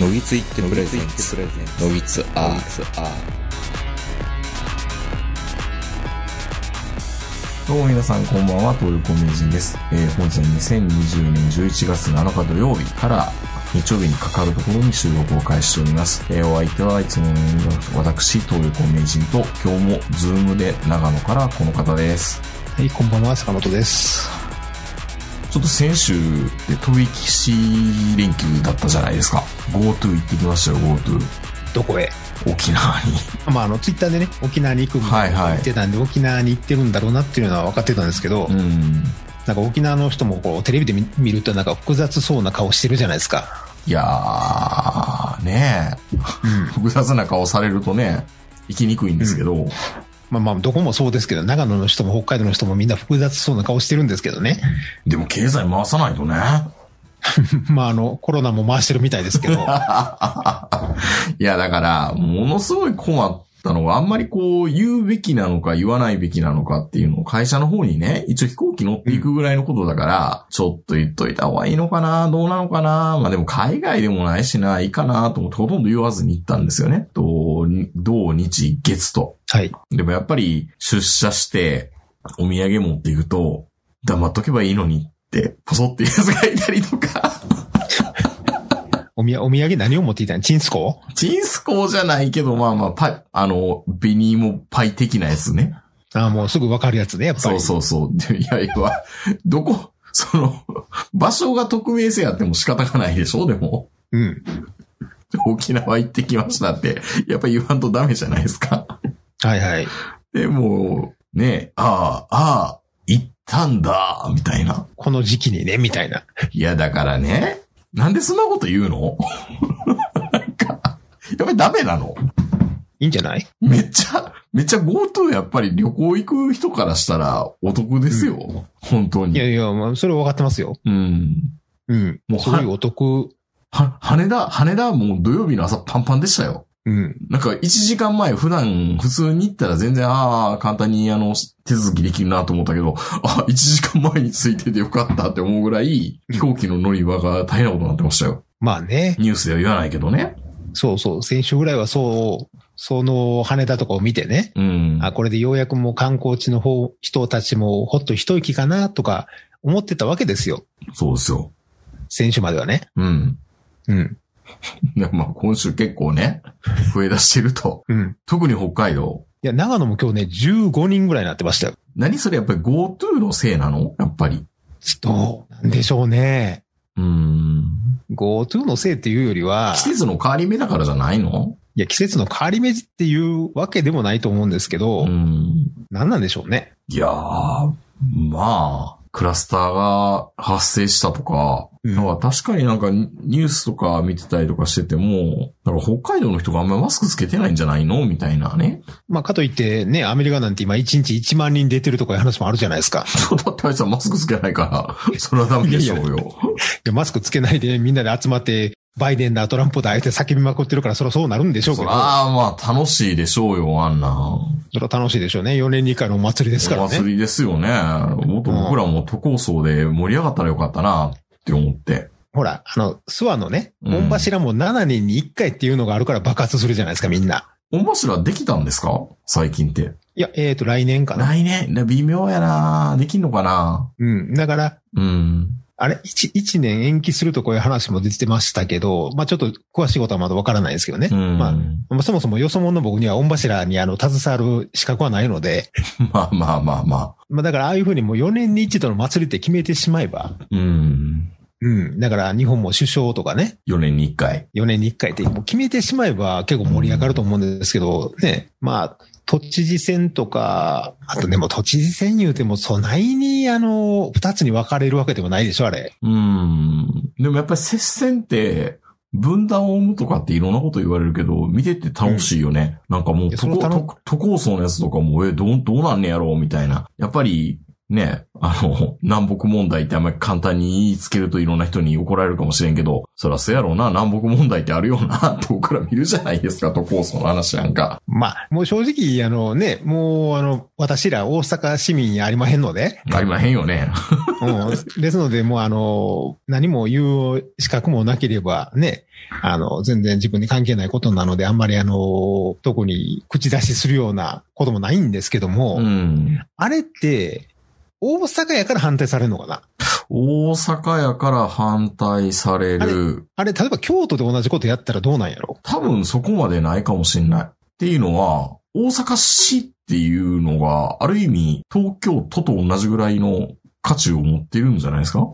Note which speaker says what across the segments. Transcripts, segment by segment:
Speaker 1: のぎついってプレゼン
Speaker 2: ツ
Speaker 1: ツ
Speaker 2: プレゼン
Speaker 1: のぎつあ
Speaker 2: あ
Speaker 3: どうも皆さんこんばんは、東横名人です。えー、本日は2020年11月7日土曜日から日曜日にかかるところに収録を開始しております。えー、お相手はいつものように私、東横名人と今日もズームで長野からこの方です。
Speaker 4: はい、こんばんは、坂本です。
Speaker 3: ちょっと先週で飛び岸連休だったじゃないですか。GoTo 行ってきましたよ、GoTo。
Speaker 4: どこへ
Speaker 3: 沖縄に。
Speaker 4: まあ、あの、ツイッターでね、沖縄に行くみたいなこと
Speaker 3: はいはい
Speaker 4: 言ってたんで、沖縄に行ってるんだろうなっていうのは分かってたんですけど、
Speaker 3: うん。
Speaker 4: なんか沖縄の人もこう、テレビで見見るとなんか複雑そうな顔してるじゃないですか。
Speaker 3: いやー、ねえ。
Speaker 4: うん。
Speaker 3: 複雑な顔されるとね、行きにくいんですけど。
Speaker 4: まあまあ、どこもそうですけど、長野の人も北海道の人もみんな複雑そうな顔してるんですけ どね。
Speaker 3: でも経済回さないとね。
Speaker 4: まあ、あの、コロナも回してるみたいです け ど、
Speaker 3: いや、だから、ものすごい困ったのが、あんまりこう、言うべきなのか言わないべきなのかっていうのを会社の方にね、一応飛行機乗っていくぐらいのことだから、ちょっと言っといた方がいいのかな、どうなのかな、まあでも海外でもないしな、いいかなと思ってほとんど言わずに行ったんですよね。土、土日月と。
Speaker 4: はい。
Speaker 3: でもやっぱり出社してお土産持っていくと黙っとけばいいのにってポソっていうやつがいたりとか、
Speaker 4: おみやお土産何を持っていたのチンスコ
Speaker 3: チンスコーじゃないけどまあまあパイ、あの、ベニーモパイ的なやつね。
Speaker 4: ああ、もうすぐ分かるやつね、やっぱ
Speaker 3: そ
Speaker 4: り。
Speaker 3: うそうそう。でいやいや、どこ、その、場所が匿名性あっても仕方がないでしょでも、
Speaker 4: う。うん。
Speaker 3: 沖縄行ってきましたって、やっぱ言わんとダメじゃないですか。
Speaker 4: はいはい。
Speaker 3: でも、ね、ああ、ああ、行ったんだ、みたいな。
Speaker 4: この時期にね、みたいな。
Speaker 3: いや、だからね、なんでそんなこと言うの なんか、やっぱりダメなの
Speaker 4: いいんじゃない
Speaker 3: めっちゃ、めっちゃ GoTo やっぱり旅行行く人からしたらお得ですよ。本当
Speaker 4: いや
Speaker 3: に。
Speaker 4: いや、まあ、それは分かってますよ。
Speaker 3: うん。
Speaker 4: うん。
Speaker 3: もう
Speaker 4: もうすごいお得。
Speaker 3: は、羽田、羽田もう土曜日の朝パンパンでしたよ。
Speaker 4: うん。
Speaker 3: なんか1時間前普段普通に行ったら全然、ああ、簡単にあの、手続きできるなと思ったけど、あ、1時間前についててよかったって思うぐらい、飛行機の乗り場が大変なことになってましたよ。
Speaker 4: まあね。
Speaker 3: ニュースでは言わないけどね。
Speaker 4: そうそう。先週ぐらいはそう、その羽田とかを見てね。
Speaker 3: うん。
Speaker 4: あ、これでようやくもう観光地の方、人たちもほっと一息かなとか思ってたわけですよ。
Speaker 3: そうですよ。
Speaker 4: 先週まではね。
Speaker 3: うん。
Speaker 4: うん。
Speaker 3: でまあ今週結構ね、増え出してると。
Speaker 4: うん。
Speaker 3: 特に北海道。
Speaker 4: いや、長野も今日ね、15人ぐらいになってましたよ。
Speaker 3: 何それやっぱり GoTo のせいなのやっぱり。
Speaker 4: どうなんでしょうね。
Speaker 3: うーん。
Speaker 4: GoTo のせいっていうよりは
Speaker 3: 季、節の変わり目だからじゃないの
Speaker 4: いや、季節の変わり目っていうわけでもないと思うんですけど、
Speaker 3: うーん。
Speaker 4: 何なんでしょうね。
Speaker 3: いやー、まあ、クラスターが発生したとか、
Speaker 4: うん
Speaker 3: なんか確かになんかニュースとか見てたりとかしてても、なんか北海道の人があんまりマスクつけてないんじゃないのみたいなね。
Speaker 4: まあ、かといってね、アメリカなんて今1日1万人出てるとかいう話もあるじゃないですか。
Speaker 3: そうだってあいつはマスクつけないから、それはダメでしょう
Speaker 4: いや
Speaker 3: よ。
Speaker 4: で、マスクつけないでみんなで集まって、バイデンだ、トランプだ、言って叫びまくってるから、そらそうなるんでしょうけど、
Speaker 3: ああ、まあ楽しいでしょうよ、あんな。
Speaker 4: そら楽しいでしょうね。4年に1回のお祭りですから
Speaker 3: お祭
Speaker 4: ね。
Speaker 3: りですよね。もっと僕らも都構想で盛り上がったらよかったなって思って。
Speaker 4: ほら、あの、諏訪のね、
Speaker 3: うん
Speaker 4: 御柱も7年に1回っていうのがあるから爆発するじゃないですか、みんな。
Speaker 3: 御柱できたんですか最近って。
Speaker 4: いや、えっ、と、来年かな。
Speaker 3: 来年、ね微妙やなできんのかな
Speaker 4: うん。だから、
Speaker 3: うん。
Speaker 4: あれ、1、一年延期するとこういう話も出てましたけど、まあちょっと詳しいことはまだわからないですけどね。
Speaker 3: うん。
Speaker 4: ま
Speaker 3: ま
Speaker 4: あまあ、そもそもよそ者の僕には御柱にあの、携わる資格はないので、
Speaker 3: あ まあまあま
Speaker 4: まあだからああいうふうにもう4年に一度の祭りって決めてしまえば、
Speaker 3: あ。うん。
Speaker 4: うん。だから日本も首相とかね、
Speaker 3: 4年に1回。
Speaker 4: 4年に1回ってもう決めてしまえば結構盛り上がると思うんですけど、ね。まあ、都知事選とか、あとでも都知事選言うても、そないにあの、二つに分かれるわけでもないでしょ、あれ。
Speaker 3: うん。でもやっぱり接戦って、分断を生むとかっていろんなこと言われるけど、見てて楽しいよね。なんかもう
Speaker 4: いやそ
Speaker 3: 都
Speaker 4: れは
Speaker 3: 構、
Speaker 4: 楽
Speaker 3: 都都構想のやつとかも、え、どう、どうなんねやろうみたいな。やっぱり、ね、あの、 南北問題ってあんまり簡単に言いつけるといろんな人に怒られるかもしれんけど、そらそうやろうな、南北問題ってあるよな、って僕ら見るじゃないですか、都構想の話なんか。
Speaker 4: まあ、もう正直、あのね、もうあの、私ら大阪市民やありまへんので、
Speaker 3: ありまへんよね。
Speaker 4: うん、ですので、もうあの、何も言う資格もなければね、あの、全然自分に関係ないことなので、あんまりあの、特に口出しするようなこともないんですけども、
Speaker 3: うん。
Speaker 4: あれって、大阪やから反対されるのかな
Speaker 3: 大阪やから反対される。
Speaker 4: あれ、例えば京都で同じことやったらどうなんやろ
Speaker 3: 多分そこまでないかもしんない。っていうのは、大阪市っていうのが、ある意味、東京都と同じぐらいの価値を持ってるんじゃないですか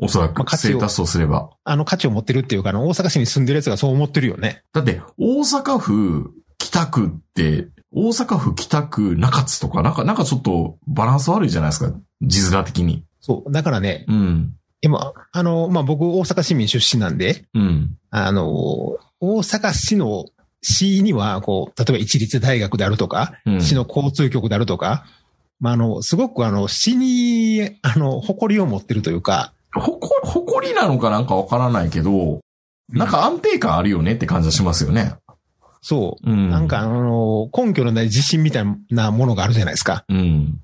Speaker 3: おそら
Speaker 4: まあ
Speaker 3: く、
Speaker 4: 価値
Speaker 3: 正
Speaker 4: を
Speaker 3: 達とすれば。
Speaker 4: あの価値を持ってるっていうか、あの、大阪市に住んでる奴がそう思ってるよね。
Speaker 3: だって、大阪府北区って、大阪府北区中津とか、なんか、なんかちょっとバランス悪いじゃないですか。字面的に。
Speaker 4: そう。だからね、
Speaker 3: うん。
Speaker 4: 今、あの、まあ、僕、大阪市民出身なんで、
Speaker 3: うん。
Speaker 4: あの、大阪市の市には、こう、例えば一律大学であるとか、
Speaker 3: うん。
Speaker 4: 市の交通局であるとか、まあ、あの、すごくあの、市に、あの、誇りを持ってるというか、
Speaker 3: ほこ、ほこりなのかなんかわからないけど、なんか安定感あるよねって感じはしますよね。
Speaker 4: そう。
Speaker 3: うん。
Speaker 4: なんかあの、根拠のない自信みたいなものがあるじゃないですか。
Speaker 3: うん。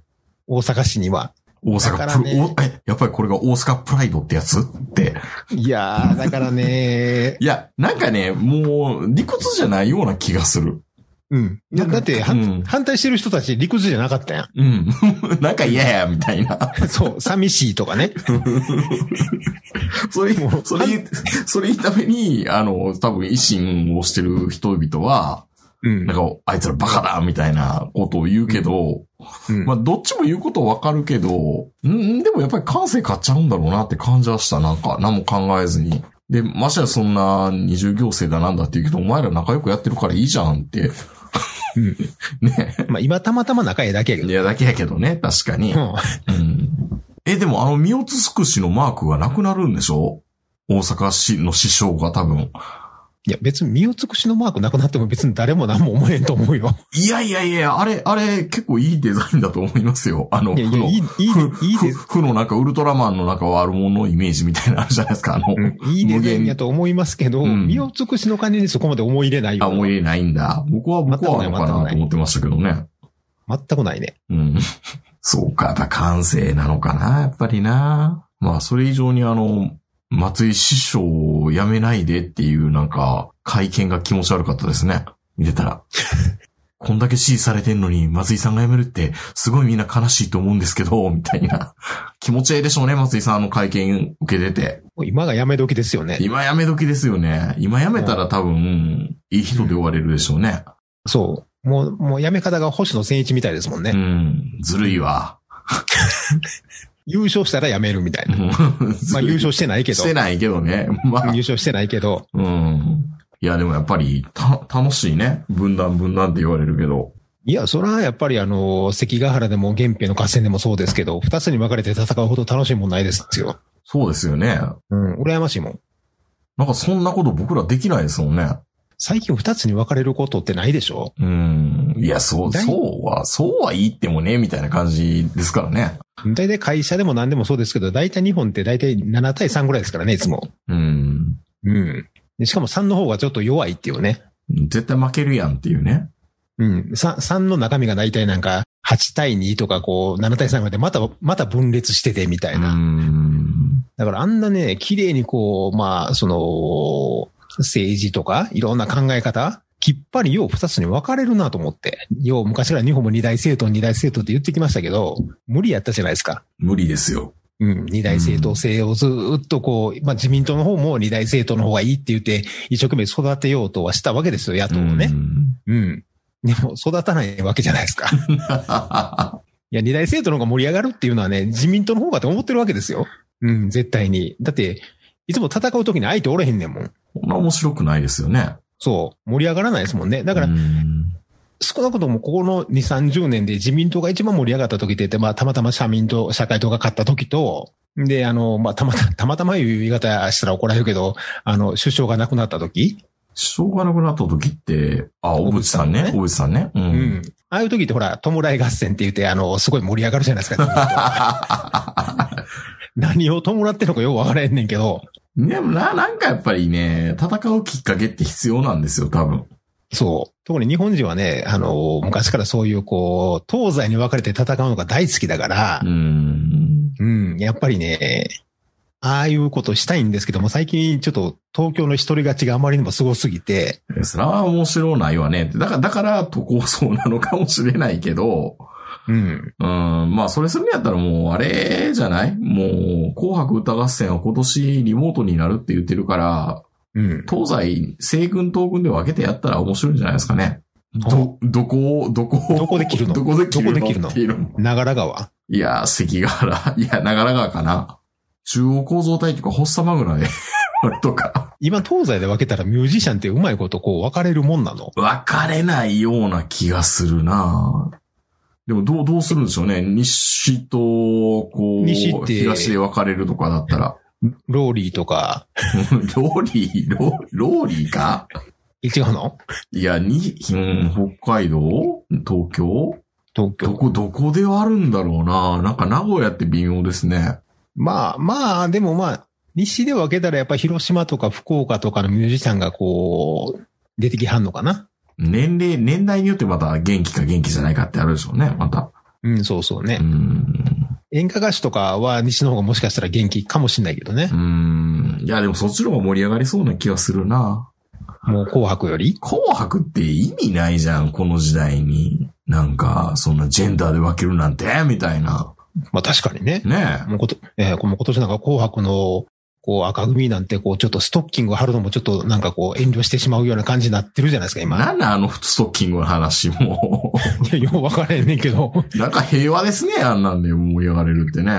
Speaker 4: 大阪市には。
Speaker 3: 大
Speaker 4: だか
Speaker 3: 阪
Speaker 4: ら
Speaker 3: プロ、
Speaker 4: ね
Speaker 3: おえ、やっぱりこれが大阪プライドってやつって。
Speaker 4: いやー、だからね
Speaker 3: いや、なんかね、もう、理屈じゃないような気がする。
Speaker 4: うん。だだって、は
Speaker 3: うん
Speaker 4: 反対してる人たち理屈じゃなかったや
Speaker 3: うん。 なんか嫌や、みたい な。
Speaker 4: ん。そう、寂しいとかね。
Speaker 3: それ
Speaker 4: も、う
Speaker 3: それ言う、それ言うために、あの、多分維新をしてる人々は、
Speaker 4: うん
Speaker 3: なん。か、あいつらバカだみたいなことを言うけど、
Speaker 4: うん
Speaker 3: まあ、どっちも言うことわかるけど、んでもやっぱり感性買っちゃうんだろうなって感じはした。なんか、何も考えずに。で、ましてやそんな二重行政だなんだって言うけど、お前ら仲良くやってるからいいじゃんって。
Speaker 4: うん
Speaker 3: ね。
Speaker 4: まあ、今たまたま仲ええだけやけど
Speaker 3: い。や、だけやけどね、確か に
Speaker 4: う。ん
Speaker 3: うんえ、でもあの、三つつくしのマークがなくなるんでしょ大阪市の師匠が多分。
Speaker 4: いや、別に身を尽くしのマークなくなっても別に誰も何も思えんと思うよ。
Speaker 3: いやいやいや、あれ、あれ、結構いいデザインだと思いますよ。あの、
Speaker 4: いやいや、
Speaker 3: 負
Speaker 4: い
Speaker 3: の
Speaker 4: い、いい、いい
Speaker 3: ふ
Speaker 4: です。
Speaker 3: 負の中、ウルトラマンの中はあるもののイメージみたいなのあるじゃないですか。あの、
Speaker 4: うんいいデザインやと思いますけど、
Speaker 3: うん
Speaker 4: 身を尽くしの感じにそこまで思い入れないよ。
Speaker 3: あ、思い入れないんだ。僕は、僕はあるのかなと思ってましたけどね。
Speaker 4: 全くないね。
Speaker 3: うん。そうか、やっぱ感性なのかな、やっぱりな。まあ、それ以上にあの、松井師匠を辞めないでっていうなんか、会見が気持ち悪かったですね。見てた ら。こんだけ支持されてんのに、松井さんが辞めるって、すごいみんな悲しいと思うんですけど、みたいな。気持ちええでしょうね、松井さんあの会見受けてて。
Speaker 4: もう今がやめ時ですよね。
Speaker 3: 今辞め時ですよね。今辞めたら多分、いい人で終われるでしょうね。
Speaker 4: そう。もう、もうやめ方が星野千一みたいですもんね。
Speaker 3: うん。ずるいわ。
Speaker 4: 優勝したらやめるみたい な。
Speaker 3: ま
Speaker 4: まあ優勝してないけ ど。
Speaker 3: してないけどね。まあ
Speaker 4: 優、勝してないけど。
Speaker 3: うん。いや、でもやっぱり、た、楽しいね。分断分断って言われるけど。
Speaker 4: いや、それはやっぱりあの、関ヶ原でも源平の合戦でもそうですけど、二つに分かれて戦うほど楽しいもんないですよ。
Speaker 3: そうですよね。
Speaker 4: うん、羨ましいもん。
Speaker 3: なんかそんなこと僕らできないですもんね。
Speaker 4: 最近二つに分かれることってないでしょ
Speaker 3: うん。いや、そう、
Speaker 4: 大
Speaker 3: そうは、そうは言ってもね、みたいな感じですからね。
Speaker 4: 大体会社でも何でもそうですけど、大体日本って大体7対3ぐらいですからね、いつも。
Speaker 3: うん。
Speaker 4: うん。でしかも3の方がちょっと弱いっていうね。
Speaker 3: 絶対負けるやんっていうね。
Speaker 4: うん。3、3の中身が大体なんか8対2とかこう7対3ぐらいでまた、また分裂しててみた
Speaker 3: う
Speaker 4: いな。
Speaker 3: ん。
Speaker 4: だからあんなね、綺麗にこう、まあ、その、政治とかいろんな考え方、きっぱりよう二つに分かれるなと思って。よう昔から日本も二大政党、二大政党って言ってきましたけど、無理やったじゃないですか。
Speaker 3: 無理ですよ。
Speaker 4: うん、二大政党制をずーっとこう、まあ自民党の方も二大政党の方がいいって言って、一生懸命育てようとはしたわけですよ、野党をね。うん。でも育たないわけじゃないですか。 いや、二大政党の方が盛り上がるっていうのはね、自民党の方がと思ってるわけですよ。うん、絶対に。だって、いつも戦う時に相手おれへんねんもん。
Speaker 3: こんな面白くないですよね。
Speaker 4: そう。盛り上がらないですもんね。
Speaker 3: だ
Speaker 4: だから、
Speaker 3: うん
Speaker 4: 少なくともここの2、30年で自民党が一番盛り上がった時って言って、まあ、たまたま社民党、社会党が勝った時と、で、あの、まあ、たまた、たまたまいう言い方したら怒られるけど、あの、首相が亡くなった時、
Speaker 3: しょうがなくなった時って、あ、小渕さんね。小渕さんね。う。
Speaker 4: うんん。ああいう時ってほら、弔い合戦って言って、あの、すごい盛り上がるじゃないですか自民党。 何を弔ってんのかよくわからへんねんけど、
Speaker 3: でもな、なんかやっぱりね、戦うきっかけって必要なんですよ、多分。
Speaker 4: そう。特に日本人はね、あの、昔からそういうこう、東西に分かれて戦うのが大好きだから
Speaker 3: うー、ん。
Speaker 4: うん、やっぱりね、ああいうことしたいんですけども、最近ちょっと東京の一人勝ちがあまりにもすごすぎて、
Speaker 3: えそれは面白ないわねって。だから、だから、都構想なのかもしれないけど、
Speaker 4: うん。
Speaker 3: うん、まあ、それするんやったらもう、あれじゃないもう、紅白歌合戦は今年リモートになるって言ってるから、
Speaker 4: うん。
Speaker 3: 東西、西軍、東軍で分けてやったら面白いんじゃないですかね。ど、どこを、どこを、
Speaker 4: どこで切るの
Speaker 3: どこで切るの
Speaker 4: どこで切るの
Speaker 3: っていうの
Speaker 4: 長良川。
Speaker 3: いやー、関ヶ原、 いや、長良川かな。中央構造体とか、ホッサマグナで、 とか、
Speaker 4: 今東西で分けたらミュージシャンってうまいことこう分かれるもんなの
Speaker 3: 分かれないような気がするなでも、どう、どうするんでしょうね。西と、こう、
Speaker 4: 西って
Speaker 3: 東で分かれるとかだったら。
Speaker 4: ローリーとか、
Speaker 3: ローリー、ローローリーか
Speaker 4: え違うの
Speaker 3: いや、に、うん、北海道東京
Speaker 4: 東
Speaker 3: ど
Speaker 4: 京。
Speaker 3: こ、どこで割るんだろうななんか名古屋って微妙ですね。
Speaker 4: まあまあ、でもまあ、西で分けたらやっぱ広島とか福岡とかのミュージシャンがこう、出てきはんのかな
Speaker 3: 年齢、年代によってまた元気か元気じゃないかってあるでしょうね、また。
Speaker 4: うん、そうそうね
Speaker 3: う。ん。
Speaker 4: 演歌歌手とかは西の方がもしかしたら元気かもしれないけどね
Speaker 3: う。ん。いや、でもそっちの方が盛り上がりそうな気がするな。
Speaker 4: もう紅白より。
Speaker 3: 紅白って意味ないじゃん、この時代に。なんか、そんなジェンダーで分けるなんて、みたいな。
Speaker 4: まあ確かにね。
Speaker 3: ねえ。
Speaker 4: もうこと、えーこの今年なんか紅白の、こう赤組なんてこうちょっとストッキングを貼るのもちょっとなんかこう遠慮してしまうような感じになってるじゃないですか、今。
Speaker 3: なんなんあのストッキングの話も。
Speaker 4: い や、よう分からへんねんけど。
Speaker 3: なんか平和ですね、あんなんで盛り上がれるってね。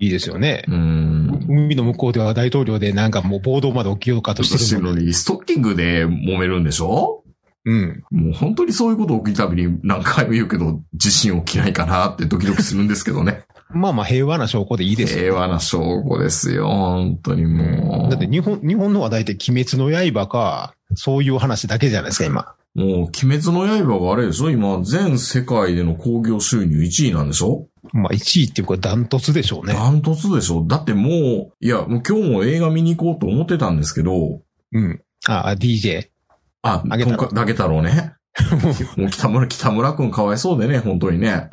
Speaker 4: いいですよね。
Speaker 3: うん。
Speaker 4: 海の向こうでは大統領でなんかもう暴動まで起きようかとし
Speaker 3: してて
Speaker 4: る
Speaker 3: る
Speaker 4: の
Speaker 3: の
Speaker 4: に。
Speaker 3: に、ストッキングで揉めるんでしょ
Speaker 4: うん。
Speaker 3: もう本当にそういうこと起きるたびに何回も言うけど、地震起きないかなってドキドキするんですけどね。
Speaker 4: まあまあ平和な証拠でいいですよ。
Speaker 3: 平和な証拠ですよ、本当にもう。
Speaker 4: だって日本、日本のは大体鬼滅の刃か、そういう話だけじゃないですか、今。
Speaker 3: もう、鬼滅の刃があれでしょ今、全世界での興行収入1位なんでしょ
Speaker 4: まあ1位っていうかダントツでしょうね。
Speaker 3: ダントツでしょだってもう、いや、もう今日も映画見に行こうと思ってたんですけど、
Speaker 4: うん。あ、あ DJ。
Speaker 3: あ、
Speaker 4: あげたろ
Speaker 3: とんかあげたろうね。もう北村、北村くんかわいそうでね、本当にね。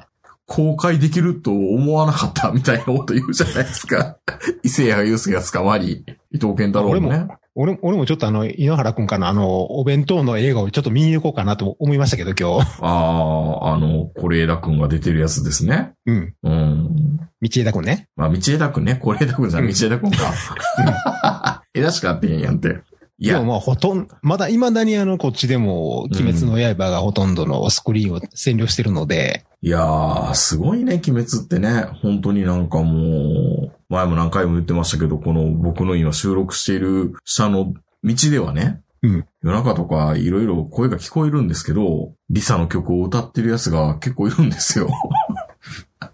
Speaker 3: 公開できると思わなかったみたいなこと言うじゃないですか。 伊勢谷祐介が捕まり、伊藤健太郎もね。
Speaker 4: 俺も、俺もちょっとあの、井ノ原くんからのあの、お弁当の映画をちょっと見に行こうかなと思いましたけど、今日。
Speaker 3: ああ、あの、是枝くんが出てるやつですね。
Speaker 4: うん。
Speaker 3: うん。
Speaker 4: 道枝くんね。
Speaker 3: まあ、道枝くんね、是枝くんじゃん、
Speaker 4: うん
Speaker 3: 道枝くん か。枝しか合ってへんやんって。い
Speaker 4: でも
Speaker 3: や、
Speaker 4: まあほとんど、まだ未だにあの、こっちでも、鬼滅の刃がほとんどのスクリーンを占領してるので、
Speaker 3: いやー、すごいね、鬼滅ってね。本当になんかもう、前も何回も言ってましたけど、この僕の今収録している下の道ではね、
Speaker 4: うん
Speaker 3: 夜中とかいろいろ声が聞こえるんですけど、リサの曲を歌ってるやつが結構いるんです よ。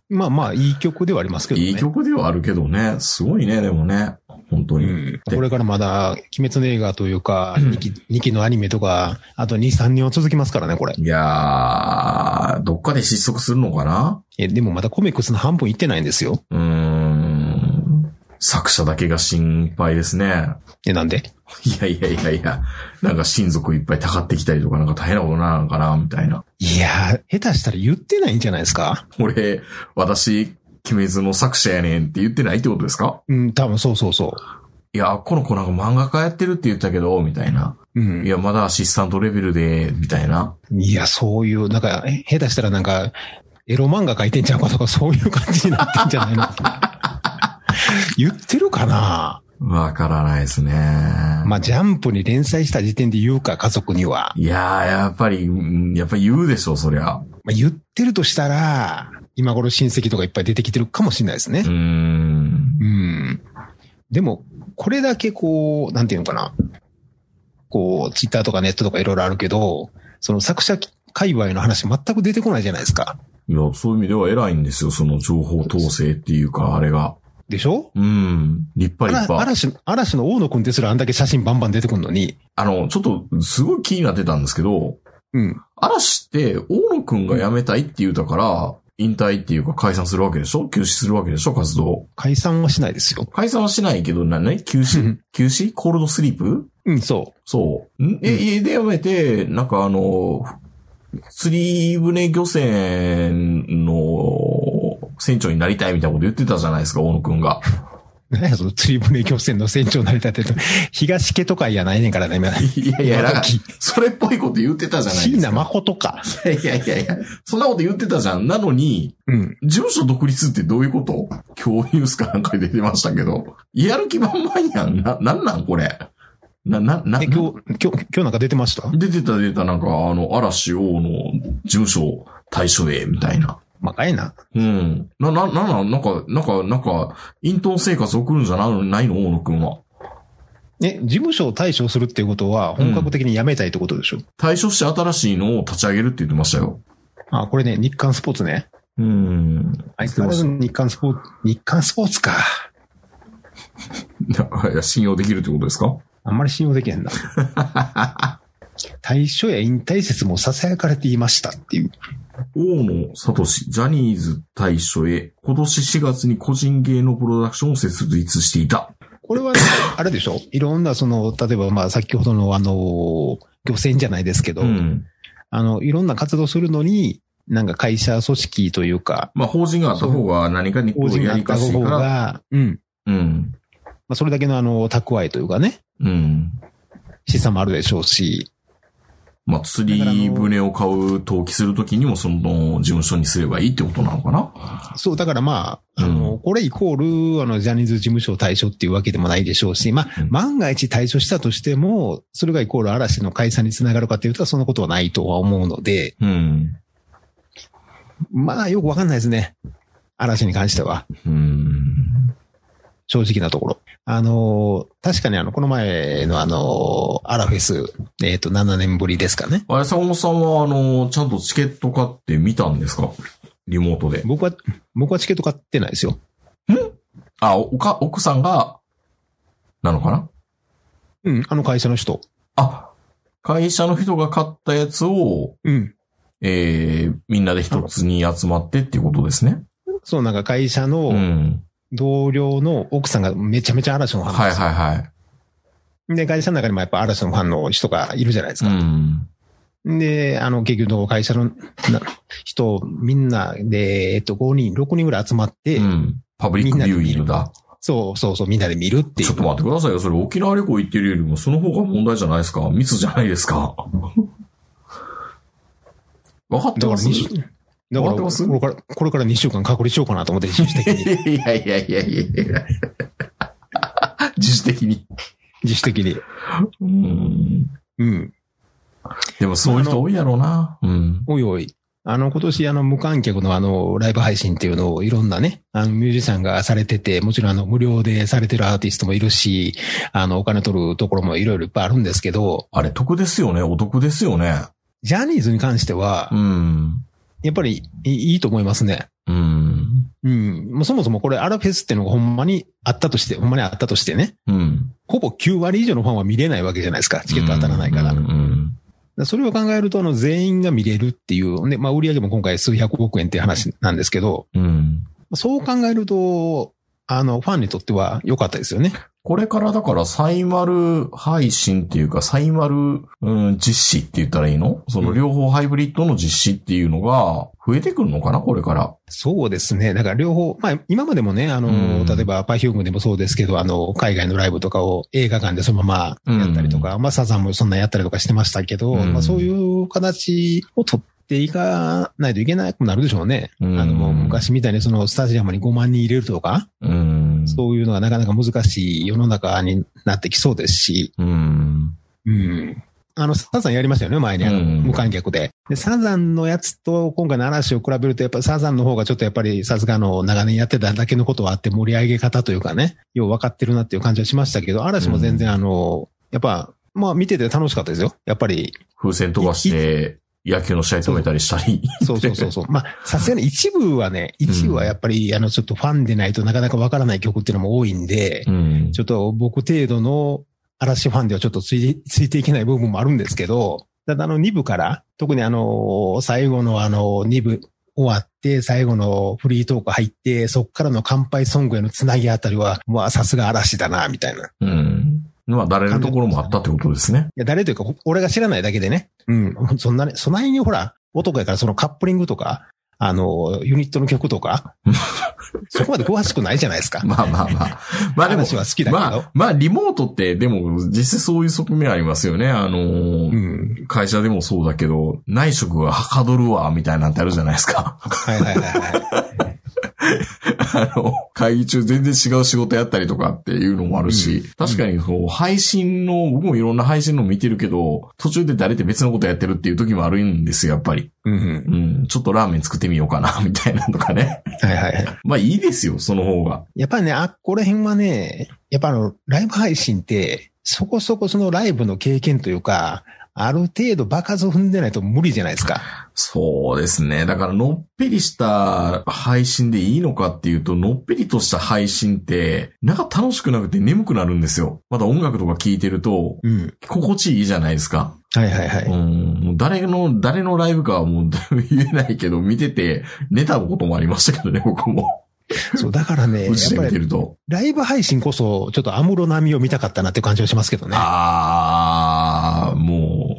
Speaker 4: まあまあ、いい曲ではありますけどね。
Speaker 3: いい曲ではあるけどね、すごいね、でもね、本当
Speaker 4: う
Speaker 3: に。
Speaker 4: ん。これからまだ、鬼滅の映画というか、2期、二期のアニメとか、あと2、3年は続きますからね、これ。
Speaker 3: いやー、どっかで失速するのかな
Speaker 4: え、でもまだコミックスの半分いってないんですよ。
Speaker 3: うーん。作者だけが心配ですね。
Speaker 4: え、なんで
Speaker 3: いやいやいやいや、なんか親族いっぱいたかってきたりとかなんか大変なことなのかな、みたいな。
Speaker 4: いやー、下手したら言ってないんじゃないですか
Speaker 3: 俺、私、鬼滅の作者やねんって言ってないってことですか
Speaker 4: うん、多分そうそうそ
Speaker 3: いや、この子なんか漫画家やってるって言ったけど、みたいな。
Speaker 4: う。うん。
Speaker 3: いや、まだアシスタントレベルで、みたいな。
Speaker 4: いや、そういう、なんか、え下手したらなんか、エロ漫画書いてんちゃうかとか、そういう感じになってんじゃないの 言ってるかな
Speaker 3: わからないですね。
Speaker 4: まあ、ジャンプに連載した時点で言うか、家族には。
Speaker 3: いやー、やっぱり、うんやっぱり言うでしょ、そりゃ。
Speaker 4: まあ、言ってるとしたら、今頃親戚とかいっぱい出てきてるかもしれないですね
Speaker 3: うー。ん。
Speaker 4: うん。でも、これだけこう、なんていうのかな。こう、ツイッターとかネットとかいろいろあるけど、その作者界隈の話全く出てこないじゃないですか。
Speaker 3: いや、そういう意味では偉いんですよ、その情報統制っていうか、あれが。
Speaker 4: でしょ
Speaker 3: うん。立派立
Speaker 4: 嵐
Speaker 3: 派。
Speaker 4: 嵐嵐の大野くんですらあんだけ写真バンバン出てくるのに、
Speaker 3: あの、ちょっと、すごい気になってたんですけど、
Speaker 4: うん。
Speaker 3: 嵐って、大野くんが辞めたいって言うたから、引退っていうか解散するわけでしょ休止するわけでしょ活動。
Speaker 4: 解散はしないですよ。
Speaker 3: 解散はしないけど、な、ね、休
Speaker 4: う
Speaker 3: 止
Speaker 4: ん
Speaker 3: 休止コールドスリープ
Speaker 4: うん、そ
Speaker 3: そう。んえ、
Speaker 4: うん
Speaker 3: 家で辞めて、なんかあの、釣り船漁船の、船長になりたいみたいなこと言ってたじゃないですか、大野くん が。
Speaker 4: 何やその釣り船漁船の船長になりたてと。東家とかいやないねんからね、今。
Speaker 3: いやいや、だから
Speaker 4: 今時、
Speaker 3: それっぽいこと言ってたじゃない
Speaker 4: 椎
Speaker 3: です
Speaker 4: 名
Speaker 3: か。
Speaker 4: 誠か。
Speaker 3: いやいやいや、そんなこと言ってたじゃん。なのに、
Speaker 4: うん。
Speaker 3: 事務所独立ってどういうこと今日ニュースかなんかに出てましたけど。やる気満々やん。な、なんなんこれ。な、な、な
Speaker 4: え、、今日、今日、今日なんか出てました
Speaker 3: 出てた出てた、なんか、あの、嵐王の事務所対処へ、みたいな。
Speaker 4: まかいな。
Speaker 3: うん。な、な、な、な、なんか、なんか、なんか、隠遁生活送るんじゃなないの大野くんは。
Speaker 4: え、事務所を対処するっていうことは、本格的に辞めたいってことでしょ、
Speaker 3: 対処して新しいのを立ち上げるって言ってましたよ。
Speaker 4: あ、これね、日刊スポーツね。
Speaker 3: うん。
Speaker 4: 相変わらず日刊スポーツ、日刊スポーツか。
Speaker 3: いや信用できるってことですか
Speaker 4: あんまり信用でき へんな。対処や引退説も囁かれていましたっていう。
Speaker 3: 大野聡、ジャニーズ大賞へ、今年4月に個人芸能プロダクションを設立していた。
Speaker 4: これ は、ね、あれでしょいろんな、その、例えば、まあ、先ほどの、あの、漁船じゃないですけど、
Speaker 3: うん。
Speaker 4: あの、いろんな活動するのに、なんか会社組織というか、
Speaker 3: まあ、法人があった方が何かにこ
Speaker 4: 法
Speaker 3: う
Speaker 4: 人
Speaker 3: や
Speaker 4: があ
Speaker 3: り
Speaker 4: った
Speaker 3: かしいか
Speaker 4: 方
Speaker 3: ら。
Speaker 4: が、うん。
Speaker 3: うん。
Speaker 4: まあ、それだけの、あの、蓄えというかね、
Speaker 3: うん。
Speaker 4: 資産もあるでしょうし、
Speaker 3: まあ、釣り船を買う、投機するときにも、その、事務所にすればいいってことなのかな
Speaker 4: そう、だからまあ、あの、これイコール、あの、ジャニーズ事務所対処っていうわけでもないでしょうし、まあ
Speaker 3: うん、
Speaker 4: 万が一対処したとしても、それがイコール嵐の解散につながるかっていうと、そんなことはないとは思うので、
Speaker 3: うん。
Speaker 4: まあ、よくわかんないですね。嵐に関しては。
Speaker 3: うん。
Speaker 4: 正直なところ。あのー、確かにあの、この前のあのー、アラフェス、えっ、と、7年ぶりですかね。
Speaker 3: あれ、坂本さんは、あの、ちゃんとチケット買って見たんですかリモートで。
Speaker 4: 僕は、僕はチケット買ってないですよ。
Speaker 3: あ、おか、奥さんが、なのかな
Speaker 4: うん、あの会社の人。
Speaker 3: あ、会社の人が買ったやつを、
Speaker 4: うん。
Speaker 3: えー、みんなで一つに集まってっていうことですね。
Speaker 4: そう、なんか会社
Speaker 3: う
Speaker 4: の
Speaker 3: ん。
Speaker 4: 同僚の奥さんがめちゃめちゃ嵐のファン
Speaker 3: はい
Speaker 4: です。
Speaker 3: はいはい。
Speaker 4: で、会社の中にもやっぱ嵐のファンの人がいるじゃないです
Speaker 3: う
Speaker 4: か。
Speaker 3: ん。
Speaker 4: で、あの、結局の会社のな人、みんなで、えっと、5人、6人ぐらい集まって、
Speaker 3: うん。パブリックビューイングだ。
Speaker 4: そうそうそう、みんなで見るってい
Speaker 3: ちょっ
Speaker 4: う
Speaker 3: と。待ってくださいよ。それ沖縄旅行行ってるよりも、その方が問題じゃないですか。密じゃないですか。 分かって
Speaker 4: だか
Speaker 3: ま
Speaker 4: ら
Speaker 3: す
Speaker 4: 二週、
Speaker 3: い
Speaker 4: だか
Speaker 3: 終わ
Speaker 4: ら、
Speaker 3: ってます
Speaker 4: これから、これから2週間隔離しようかなと思って、一時的に。
Speaker 3: やいやいやいやいや自主的に。
Speaker 4: 自主的に。
Speaker 3: うん。
Speaker 4: うん。
Speaker 3: でもそういう人多いやろうな。うん。
Speaker 4: おいおい。あの、今年、あの、無観客のあの、ライブ配信っていうのをいろんなね、あの、ミュージシャンがされてて、もちろんあの、無料でされてるアーティストもいるし、あの、お金取るところもいろいろいっぱいあるんですけど、
Speaker 3: あれ、得ですよね。お得ですよね。
Speaker 4: ジャニーズに関しては
Speaker 3: う、ん。
Speaker 4: やっぱりいいいと思いますね。
Speaker 3: うん。
Speaker 4: うん。もうそもそもこれ、アラフェスっていうのがほんまにあったとして、ほんまにあったとしてね、
Speaker 3: うん。
Speaker 4: ほぼ9割以上のファンは見れないわけじゃないですか。チケット当たらないから。
Speaker 3: うんうん
Speaker 4: だからそれを考えると、あの、全員が見れるっていう、で、まあ、売り上げも今回数百億円っていう話なんですけど、
Speaker 3: うんうん
Speaker 4: そう考えると、あの、ファンにとっては良かったですよね。
Speaker 3: これからだから、サイマル配信っていうか、サイマル、うん、実施って言ったらいいのその
Speaker 4: うん
Speaker 3: 両方ハイブリッドの実施っていうのが増えてくるのかなこれから。
Speaker 4: そうですね。だから両方、まあ、今までもね、あ
Speaker 3: うん
Speaker 4: の、例えば、パヒュームでもそうですけど、あの、海外のライブとかを映画館でそのままやったりとか、まあ、サザンもそんなやったりとかしてましたけど、
Speaker 3: うん
Speaker 4: まあ、そういう形を取っていかないといけなくなるでしょうね。
Speaker 3: うん
Speaker 4: あの、もう昔みたいにそのスタジアムに5万人入れるとか、
Speaker 3: うん。
Speaker 4: そういうのがなかなか難しい世の中になってきそうですし、
Speaker 3: うん。
Speaker 4: うん。あの、サザンやりましたよね、前に。あの
Speaker 3: うん
Speaker 4: 無観客で。で、サザンのやつと今回の嵐を比べると、やっぱサザンの方がちょっとやっぱりさすがあの長年やってただけのことはあって盛り上げ方というかね、よう分かってるなっていう感じはしましたけど、嵐も全然あの、やっぱ、まあ見てて楽しかったですよ。やっぱり、
Speaker 3: 風船飛ばして、野球の試合止めたりしたり。
Speaker 4: そうそう そうそう。まあ、さすがに一部はね、一部はやっぱり、あの、ちょっとファンでないとなかなかわからない曲っていうのも多いんで、
Speaker 3: うん
Speaker 4: ちょっと僕程度の嵐ファンではちょっとついついていけない部分もあるんですけど、ただあの2部から、特にあの、最後のあの2部終わって、最後のフリートーク入って、そっからの乾杯ソングへのつなぎあたりは、まあさすが嵐だな、みたいな。い
Speaker 3: うん。まあ、だれるところもあったってことです ね。
Speaker 4: や、誰というか、ほ俺が知らないだけでね。うん。そんなね、そないにほら、男やからそのカップリングとか、あの、ユニットの曲 とか、そこまで詳しくないじゃないですか。
Speaker 3: まあまあまあ。まあでも、
Speaker 4: 話は好きだけど。
Speaker 3: まあ、まあ、リモートって、でも、実際そういう側面ありますよね。あのー
Speaker 4: うん。
Speaker 3: 会社でもそうだけど、内職ははかどるわ、みたいなんてあるじゃないですか。
Speaker 4: はいはいはいは
Speaker 3: あの、会議中全然違う仕事やったりとかっていうのもあるし、確かにその配信の、僕もいろんな配信の見てるけど、途中で誰って別のことやってるっていう時もあるんですよ、やっぱり。
Speaker 4: い。うん。
Speaker 3: うん、ちょっとラーメン作ってみようかな、みたいなのとかね。
Speaker 4: はいはいはい。
Speaker 3: まあいいですよ、その方が。
Speaker 4: やっぱりね、あっこら辺はね、やっぱあの、ライブ配信って、そこそこそのライブの経験というか、ある程度場数を踏んでないと無理じゃないですか。
Speaker 3: そうですね。だから、のっぺりした配信でいいのかっていうと、のっぺりとした配信って、なんか楽しくなくて眠くなるんですよ。まだ音楽とか聴いてると、
Speaker 4: うん。
Speaker 3: 心地いいじゃないですか。
Speaker 4: はいはいは
Speaker 3: うん。
Speaker 4: い。
Speaker 3: もう誰の、誰のライブかはもう言えないけど、見てて、寝たこともありましたけどね、 僕も。
Speaker 4: そう、だからね、や
Speaker 3: うち
Speaker 4: っ
Speaker 3: で
Speaker 4: ぱ
Speaker 3: 見て
Speaker 4: り
Speaker 3: ると。
Speaker 4: ライブ配信こそ、ちょっとアムロ並みを見たかったなっていう感じはしますけどね。
Speaker 3: あー、もう、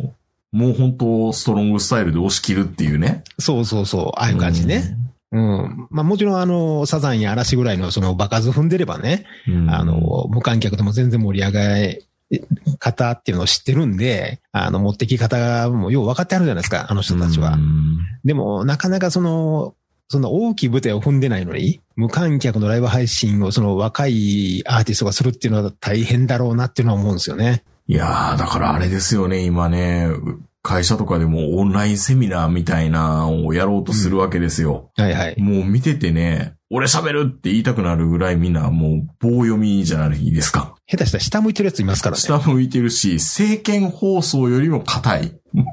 Speaker 3: もう本当、ストロングスタイルで押し切るっていうね。
Speaker 4: そうそうそう、ああ
Speaker 3: あ
Speaker 4: いう感じね。。うん。まあもちろんあの、サザンや嵐ぐらいのその場数踏んでればね、
Speaker 3: うん
Speaker 4: あの、無観客でも全然盛り上がり方っていうのを知ってるんで、あの、持ってき方もよう分かってあるじゃないですか、あの人たちは。
Speaker 3: うん
Speaker 4: でも、なかなかその、その大きい舞台を踏んでないのに、無観客のライブ配信をその若いアーティストがするっていうのは大変だろうなっていうのは思うんですよね。
Speaker 3: いやー、だからあれですよね、今ね、う会社とかでもオンラインセミナーみたいなのをやろうとするわけですよ。
Speaker 4: はいはい。
Speaker 3: もう見ててね、俺喋るって言いたくなるぐらいみんなもう棒読みじゃないですか。
Speaker 4: 下手したら下向いてるやついますからね。
Speaker 3: 下向いてるし、政見放送よりも硬い。も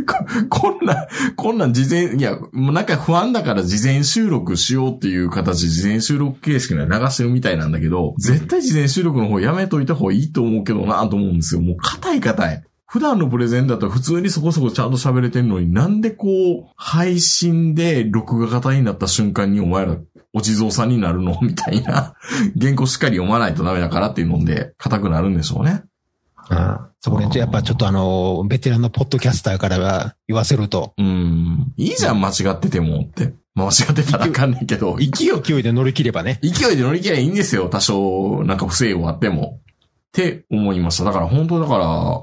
Speaker 3: うこ こんな、こんなん事前、いや、もうなんか不安だから事前収録しようっていう形、事前収録形式で流してるみたいなんだけど、絶対事前収録の方やめといた方がいいと思うけどなと思うんですよ。もう硬い硬い。普段のプレゼンだと普通にそこそこちゃんと喋れてんのになんでこう、配信で録画型になった瞬間にお前らお地蔵さんになるのみたいな。原稿しっかり読まないとダメだからっていうので、硬くなるんでしょうね。
Speaker 4: うん。そこで、やっぱちょっとあの、ベテランのポッドキャスターからは言わせると、
Speaker 3: うん。いいじゃん、間違っててもって。まあ、間違ってたらあかんねんけど、勢い、
Speaker 4: 勢いで乗り切ればね。
Speaker 3: 勢いで乗り切りゃいいんですよ。多少、なんか不正はあっても。って思いました。だから本当だから、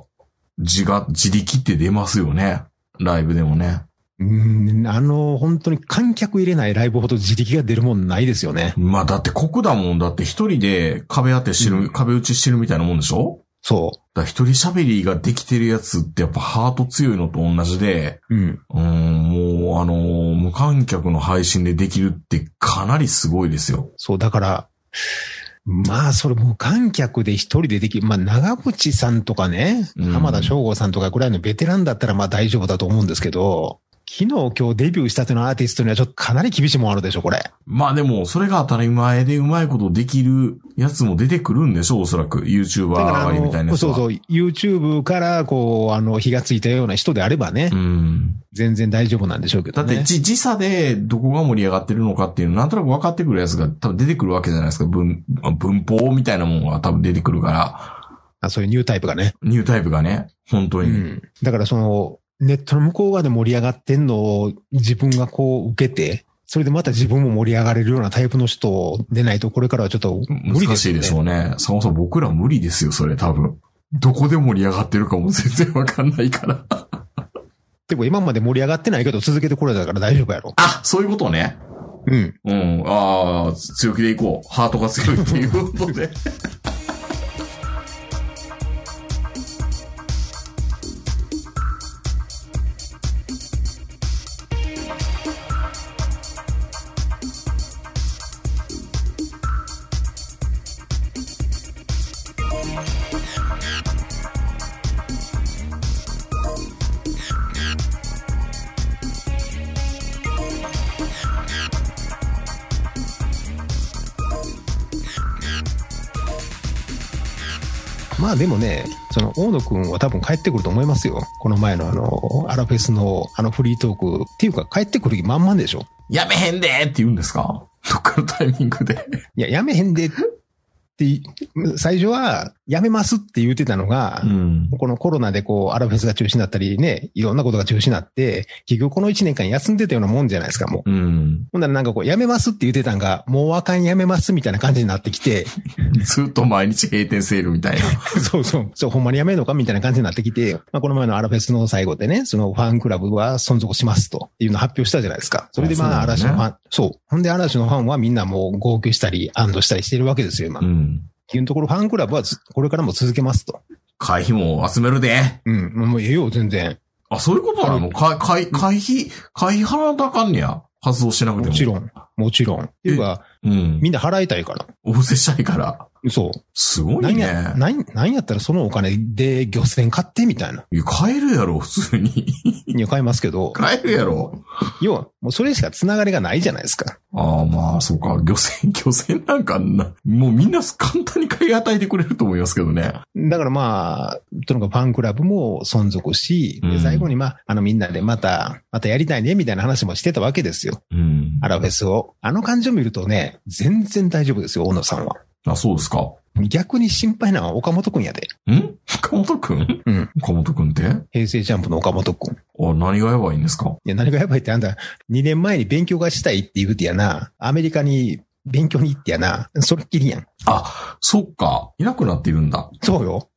Speaker 3: 自が、自力って出ますよね。ライブでもね。
Speaker 4: うん、あの、本当に観客入れないライブほど自力が出るもんないですよね。
Speaker 3: まあだって酷だもん。だって一人で壁当てしてる、
Speaker 4: うん
Speaker 3: 壁打ちしてるみたいなもんでしょ
Speaker 4: そ
Speaker 3: だから一人喋りができてるやつってやっぱハート強いのと同じで、
Speaker 4: う。うん。
Speaker 3: うーん、もうあのー無観客の配信でできるってかなりすごいですよ。
Speaker 4: そう、だから、まあ、それ無観客で一人でできる。まあ、長渕さんとかね
Speaker 3: うん、
Speaker 4: 浜田省吾さんとかぐらいのベテランだったらまあ大丈夫だと思うんですけど、昨日今日デビューしたてのアーティストにはちょっとかなり厳しいもんあるでしょ、これ。
Speaker 3: まあでも、それが当たり前でうまいことできるやつも出てくるんでしょう、おそらく。YouTuber
Speaker 4: だからあ
Speaker 3: みたいな
Speaker 4: の、
Speaker 3: やつ
Speaker 4: そ
Speaker 3: は。
Speaker 4: うそう、YouTube からこう、あの、火がついたような人であればね、
Speaker 3: うん。
Speaker 4: 全然大丈夫なんでしょうけ
Speaker 3: だ
Speaker 4: ど
Speaker 3: っ
Speaker 4: ね。
Speaker 3: て、じ、時差でどこが盛り上がってるのかっていうの、なんとなく分かってくるやつが多分出てくるわけじゃないですか。文、文法みたいなものが多分出てくるから、
Speaker 4: あそういうニュータイプがね。
Speaker 3: ニュータイプがね、本当
Speaker 4: う
Speaker 3: に。
Speaker 4: ん。だからその、ネットの向こう側で盛り上がってんのを自分がこう受けて、それでまた自分も盛り上がれるようなタイプの人でないと、これからはちょっと無
Speaker 3: 難
Speaker 4: 理です
Speaker 3: しい
Speaker 4: よね。
Speaker 3: でしょうね。そもそも僕ら無理ですよ、それ多分。どこで盛り上がってるかも全然わかんないから。
Speaker 4: でも今まで盛り上がってないけど続けてこれたから大丈夫やろ。
Speaker 3: あ、そういうことね。
Speaker 4: うん。
Speaker 3: うん。ああ、強気でいこう。ハートが強いっていうこと で。
Speaker 4: まあでもね、その大野くんは多分帰ってくると思いますよ。この前のあの、アラフェスのあのフリートークっていうか帰ってくる気満々でしょ。
Speaker 3: やめへんでーって言うんですかどっかのタイミングで。
Speaker 4: いや、やめへんでって、最初はやめますって言ってたのが、
Speaker 3: うん。
Speaker 4: このコロナでこう、アラフェスが中止になったりね、いろんなことが中止になって、結局この1年間休んでたようなもんじゃないですか、もう。
Speaker 3: うん。
Speaker 4: ほんならなんかこう、やめますって言ってたんが、もうあかんやめますみたいな感じになってきて、
Speaker 3: ずっと毎日閉店セールみたいな。
Speaker 4: そうそう、そう、ほんまにやめるのかみたいな感じになってきて、まあ、この前のアラフェスの最後でね、そのファンクラブは存続しますというのを発表したじゃないですか。それでまあ、
Speaker 3: あ
Speaker 4: 嵐
Speaker 3: そう
Speaker 4: の
Speaker 3: なん
Speaker 4: フ
Speaker 3: だ
Speaker 4: ァン、そう。ほんで嵐のファンはみんなもう号泣したり、安堵したりしてるわけですよ、今。
Speaker 3: う
Speaker 4: っ
Speaker 3: ん。
Speaker 4: ていうところ、ファンクラブはずこれからも続けますと。
Speaker 3: 会費も集めるで。
Speaker 4: うん、もうええよ、全然。
Speaker 3: あ、そういうことなのか、会、会費、会費払わなあかんねや。活動してなくても。
Speaker 4: もちろん、もちろん。っていうか、
Speaker 3: うん。
Speaker 4: みんな払いたいから。
Speaker 3: お布施したいから。
Speaker 4: そう。
Speaker 3: すご
Speaker 4: ないん
Speaker 3: ね。
Speaker 4: や、なん、なんやったらそのお金で漁船買ってみたいな。
Speaker 3: いや、買えるやろ、普通に。
Speaker 4: いや、買いますけど、
Speaker 3: 買えるやろ。
Speaker 4: 要は、もうそれしか繋がりがないじゃないですか。
Speaker 3: ああ、まあ、そうか。漁船、 漁船なんかな、もうみんな簡単に買い与えてくれると思いますけどね。
Speaker 4: だからまあ、とにかくファンクラブも存続し、
Speaker 3: う
Speaker 4: で
Speaker 3: ん
Speaker 4: 最後にまあ、あのみんなでまた、またやりたいね、みたいな話もしてたわけですよ。
Speaker 3: うん。
Speaker 4: アラフェスを。あの感じを見るとね、全然大丈夫ですよ、大野さんは。
Speaker 3: あ、そうですか。
Speaker 4: 逆に心配なのは岡本くんやで。
Speaker 3: ん岡本くん
Speaker 4: うん。
Speaker 3: 岡本くんってあ、
Speaker 4: 平成ジャンプの岡本くん。い
Speaker 3: 何がやばいんですか
Speaker 4: や、何がやばいってあんた、2年前に勉強がしたいって言うてやな、アメリカに勉強に行ってやな、それっきりやん。
Speaker 3: あ、そっか。いなくなっているんだ。
Speaker 4: そうよ。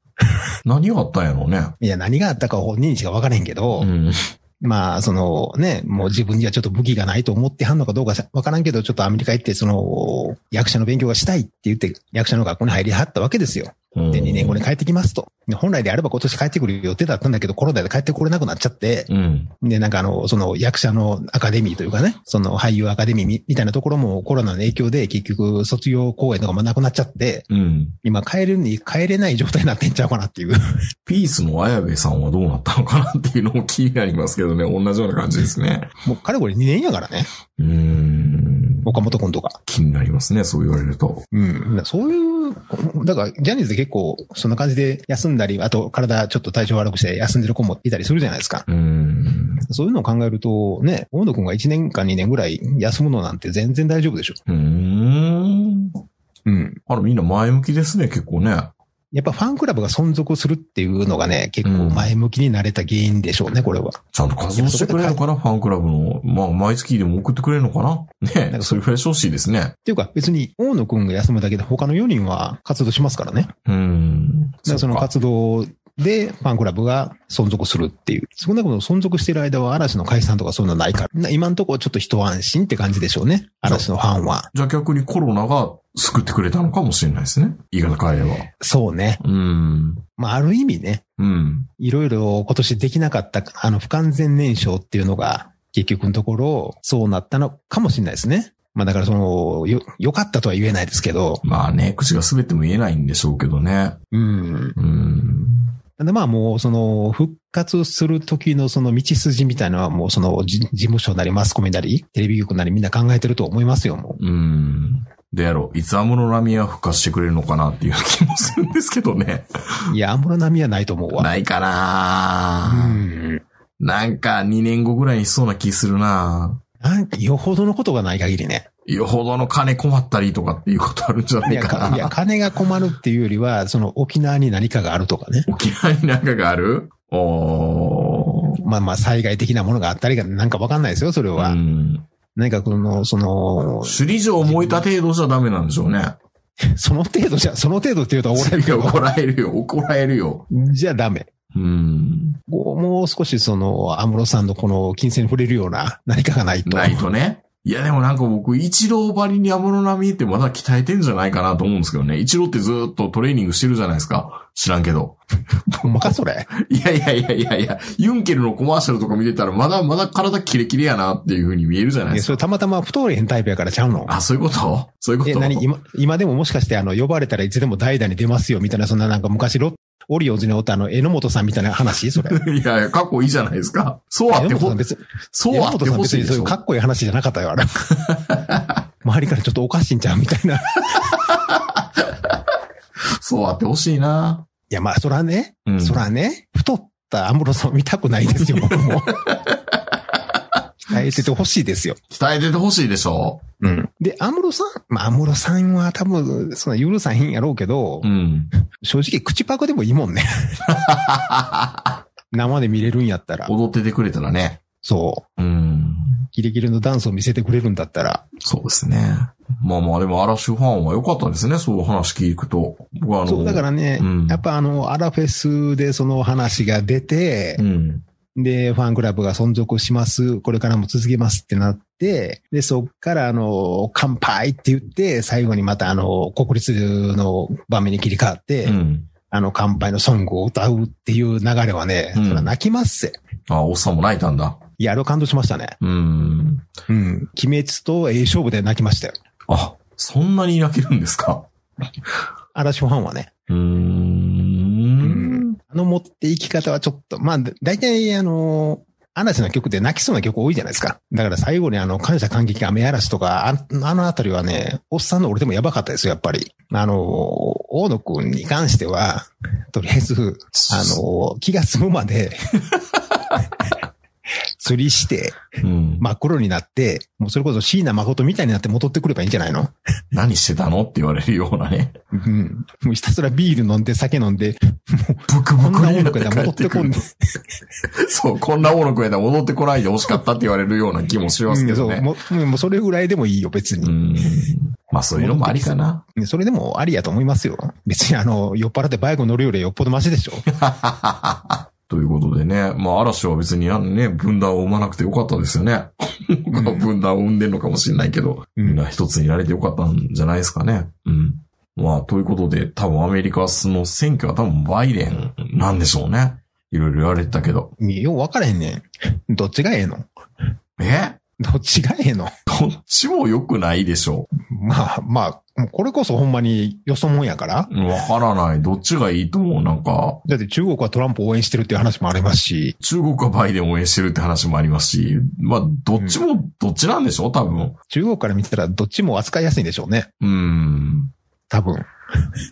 Speaker 3: 何があったんやろうね。
Speaker 4: いや、何があったか本人しか分からへんけど、
Speaker 3: うん。
Speaker 4: まあ、そのね、もう自分にはちょっと武器がないと思ってはんのかどうかわからんけど、ちょっとアメリカ行って、その、役者の勉強がしたいって言って、役者の学校に入りはったわけですよ。で、2年後に帰ってきますと。で本来であれば今年帰ってくる予定だったんだけど、コロナで帰ってこれなくなっちゃって、
Speaker 3: うん。
Speaker 4: で、なんかあの、その役者のアカデミーというかね、その俳優アカデミーみみたいなところもコロナの影響で結局卒業公演とかもなくなっちゃって、
Speaker 3: うん。
Speaker 4: 今帰るに帰れない状態になってんちゃうかなっていう。
Speaker 3: ピースの綾部さんはどうなったのかなっていうのも気になりますけどね。同じような感じですね。
Speaker 4: もうかれこれ2年やからね、
Speaker 3: うーん。
Speaker 4: 岡本君とか。
Speaker 3: 気になりますね。そう言われると。
Speaker 4: うん。そういう、だから、ジャニーズで結構、そんな感じで休んだり、あと体ちょっと体調悪くして休んでる子もいたりするじゃないですか。
Speaker 3: うーん。
Speaker 4: そういうのを考えると、ね、大野くんが1年か2年ぐらい休むのなんて全然大丈夫でしょ。
Speaker 3: うーん。
Speaker 4: うん。
Speaker 3: あら、みんな前向きですね。結構ね。
Speaker 4: やっぱファンクラブが存続するっていうのがね、結構前向きになれた原因でしょうね、これは。
Speaker 3: ちゃんと活動してくれるのかなファンクラブの。まあ、毎月でも送ってくれるのかなね
Speaker 4: なんか
Speaker 3: それくらいしてほしいですね。
Speaker 4: っていうか、別に大野くんが休むだけで他の4人は活動しますからね。
Speaker 3: うーん。
Speaker 4: だからその
Speaker 3: っか
Speaker 4: 活動でファンクラブが存続するっていう。少なくとも存続してる間は嵐の解散とかそういうのはないから。な今のところちょっと一安心って感じでしょうね。嵐のファンは。
Speaker 3: じゃあ逆にコロナが救ってくれたのかもしれないですね。言い方変えれば。
Speaker 4: そうね。
Speaker 3: うーん。
Speaker 4: まあ、ある意味ね、
Speaker 3: うん。
Speaker 4: いろいろ今年できなかった、あの、不完全燃焼っていうのが、結局のところ、そうなったのかもしれないですね。まあ、だからその、よ、良かったとは言えないですけど、
Speaker 3: まあね、口が滑っても言えないんでしょうけどね。
Speaker 4: うん。
Speaker 3: うーん。
Speaker 4: で、まあもう、その、復活する時のその道筋みたいなのはもう、その、じ事務所なり、マスコミなり、テレビ局なりみんな考えてると思いますよ、もう。
Speaker 3: うん。でやろう。いつアムロラミア復活してくれるのかなっていう気もするんですけどね。
Speaker 4: いや、安室奈美はないと思うわ。
Speaker 3: ないか
Speaker 4: う
Speaker 3: な、
Speaker 4: ん。
Speaker 3: なんか2年後ぐらいにしそうな気するな
Speaker 4: なんか、よほどのことがない限りね。
Speaker 3: よほどの金困ったりとかっていうことあるんじゃないい
Speaker 4: や、
Speaker 3: かな
Speaker 4: かいや金が困るっていうよりは、その、沖縄に何かがあるとかね。
Speaker 3: 沖縄になんかがあるおー。
Speaker 4: まあまあ、災害的なものがあったりが、なんかわかんないですよ、それ
Speaker 3: う
Speaker 4: は。
Speaker 3: ん。
Speaker 4: 何かこの、その、
Speaker 3: 首里城を燃えた程度じゃダメなんでしょうね。
Speaker 4: その程度じゃ、 その程度って言うと俺
Speaker 3: いや 怒られるよ、怒られるよ。
Speaker 4: じゃダメ。
Speaker 3: うん。
Speaker 4: こうもう少しその、安室さんのこの金銭に触れるような何かがない と。
Speaker 3: ないとね。いやでもなんか僕、一郎ばりに安室並みってまだ鍛えてんじゃないかなと思うんですけどね。一郎ってずーっとトレーニングしてるじゃないですか。知らんけど。
Speaker 4: ほんまか、それ。
Speaker 3: いやいやいやいやいや、ユンケルのコマーシャルとか見てたらまだまだ体キレキレやなっていう風に見えるじゃない
Speaker 4: い
Speaker 3: で
Speaker 4: や、
Speaker 3: すか。
Speaker 4: それたまたま太れへんタイプやからちゃうの。
Speaker 3: あ、そういうことそういうこ
Speaker 4: え、
Speaker 3: と
Speaker 4: 何今、今でももしかしてあの、呼ばれたらいつでも代打に出ますよ、みたいな、そんななんか昔ロッ、オリオンズにおったあの、榎本さんみたいな 話それ。
Speaker 3: いやいや、かっこいいじゃないですか。そうあっ
Speaker 4: 榎
Speaker 3: て
Speaker 4: 本
Speaker 3: ほ
Speaker 4: さん、別に、
Speaker 3: そうあ
Speaker 4: 榎
Speaker 3: って
Speaker 4: 本さん
Speaker 3: ほ
Speaker 4: 別
Speaker 3: しい
Speaker 4: に
Speaker 3: で
Speaker 4: そう
Speaker 3: し
Speaker 4: いう
Speaker 3: ょ
Speaker 4: か。っこいい話じゃなかったよ、あれ。 周りからちょっとおかしいんちゃうみたいな。い
Speaker 3: そうあってほしいな。
Speaker 4: や、まあ、そらね、
Speaker 3: うん
Speaker 4: そらね、太った安室さんを見たくない ですよ、僕も。鍛えててほしいですよ。
Speaker 3: 鍛えててほしいでしょ
Speaker 4: うん。で、安室さん、まあ、安室さんは多分、その許さへんやろうけど、
Speaker 3: うん。
Speaker 4: 正直口パクでもいいもんね。 生で見れるんやったら。
Speaker 3: 踊っててくれたらね。
Speaker 4: そう。
Speaker 3: うん。
Speaker 4: ギリギリのダンスを見せてくれるんだったら。
Speaker 3: そうですね。まあまあ、でも、嵐ファンは良かったですね。そういう話聞くと。僕はあの、
Speaker 4: そう、だからね、
Speaker 3: うん
Speaker 4: やっぱあの、アラフェスでその話が出て
Speaker 3: う、ん。
Speaker 4: で、ファンクラブが存続します、これからも続けますってなって、で、そっからあの、乾杯って言って、最後にまたあの、国立の場面に切り替わって、
Speaker 3: うん。
Speaker 4: あの、乾杯のソングを歌うっていう流れはね、
Speaker 3: うん
Speaker 4: そら泣きますぜ。
Speaker 3: あ、おっさんも泣いたんだ。
Speaker 4: いや、あれは感動しましたね。
Speaker 3: うん。
Speaker 4: うん。鬼滅とええ勝負で泣きましたよ。
Speaker 3: あ、そんなに泣けるんですか
Speaker 4: 嵐ファンはね。
Speaker 3: うーん。
Speaker 4: あの持っていき方はちょっと、まあ、だ大体、あの、嵐の曲で泣きそうな曲多いじゃないですか。だから最後にあの、感謝感激雨嵐とか、ああのあたりはね、おっさんの俺でもやばかったですよ、やっぱり。あの、大野くんに関しては、とりあえず、あの、気が済むまで、 釣りして、
Speaker 3: うん。
Speaker 4: 真っ黒になって、もうそれこそ椎名誠みたいになって戻ってくればいいんじゃないの
Speaker 3: 何してたのって言われるようなね。
Speaker 4: うん。もうひたすらビール飲んで、酒飲んで、
Speaker 3: ブク
Speaker 4: こ
Speaker 3: ブ
Speaker 4: ん
Speaker 3: ク
Speaker 4: な
Speaker 3: に
Speaker 4: 音
Speaker 3: なって
Speaker 4: 楽
Speaker 3: 帰
Speaker 4: やったら戻
Speaker 3: っ
Speaker 4: ってて
Speaker 3: く
Speaker 4: こん
Speaker 3: る
Speaker 4: で。。
Speaker 3: そう、こんなものくれたら戻ってこないで惜しかったって言われるような気もしますけど
Speaker 4: うん
Speaker 3: ね。
Speaker 4: そうもう、もうそれぐらいでもいいよ、別
Speaker 3: う
Speaker 4: に。
Speaker 3: ん。まあそういうのもありかな。
Speaker 4: ねそれでもありやと思いますよ。別にあの、酔っ払ってバイク乗るよりよっぽどマシ でしょ。
Speaker 3: ということでね。まあ嵐は別にあのね、分断を生まなくてよかったですよね。僕は 分断を生んでるのかもしれないけど、
Speaker 4: う
Speaker 3: みん
Speaker 4: ん
Speaker 3: な。一つになれてよかったんじゃないですかね。うん。まあ、ということで、多分アメリカの選挙は多分バイデンなんでしょうね。いろいろ言われてたけど。
Speaker 4: よう分からへんねん。どっちがええの
Speaker 3: え
Speaker 4: どっちがええの
Speaker 3: どっちも良くないでしょ
Speaker 4: まあまあ、もうこれこそほんまによそもんやから。
Speaker 3: う。わからない。どっちがいいと思うなんか、
Speaker 4: だって中国はトランプ応援してるっていう話もありますし、
Speaker 3: 中国はバイデンを応援してるって話もありますし、まあ、どっちもどっちなんでしょう多分。
Speaker 4: 中国から見てたらどっちも扱いやすいんでしょうね。
Speaker 3: うん。
Speaker 4: 多分。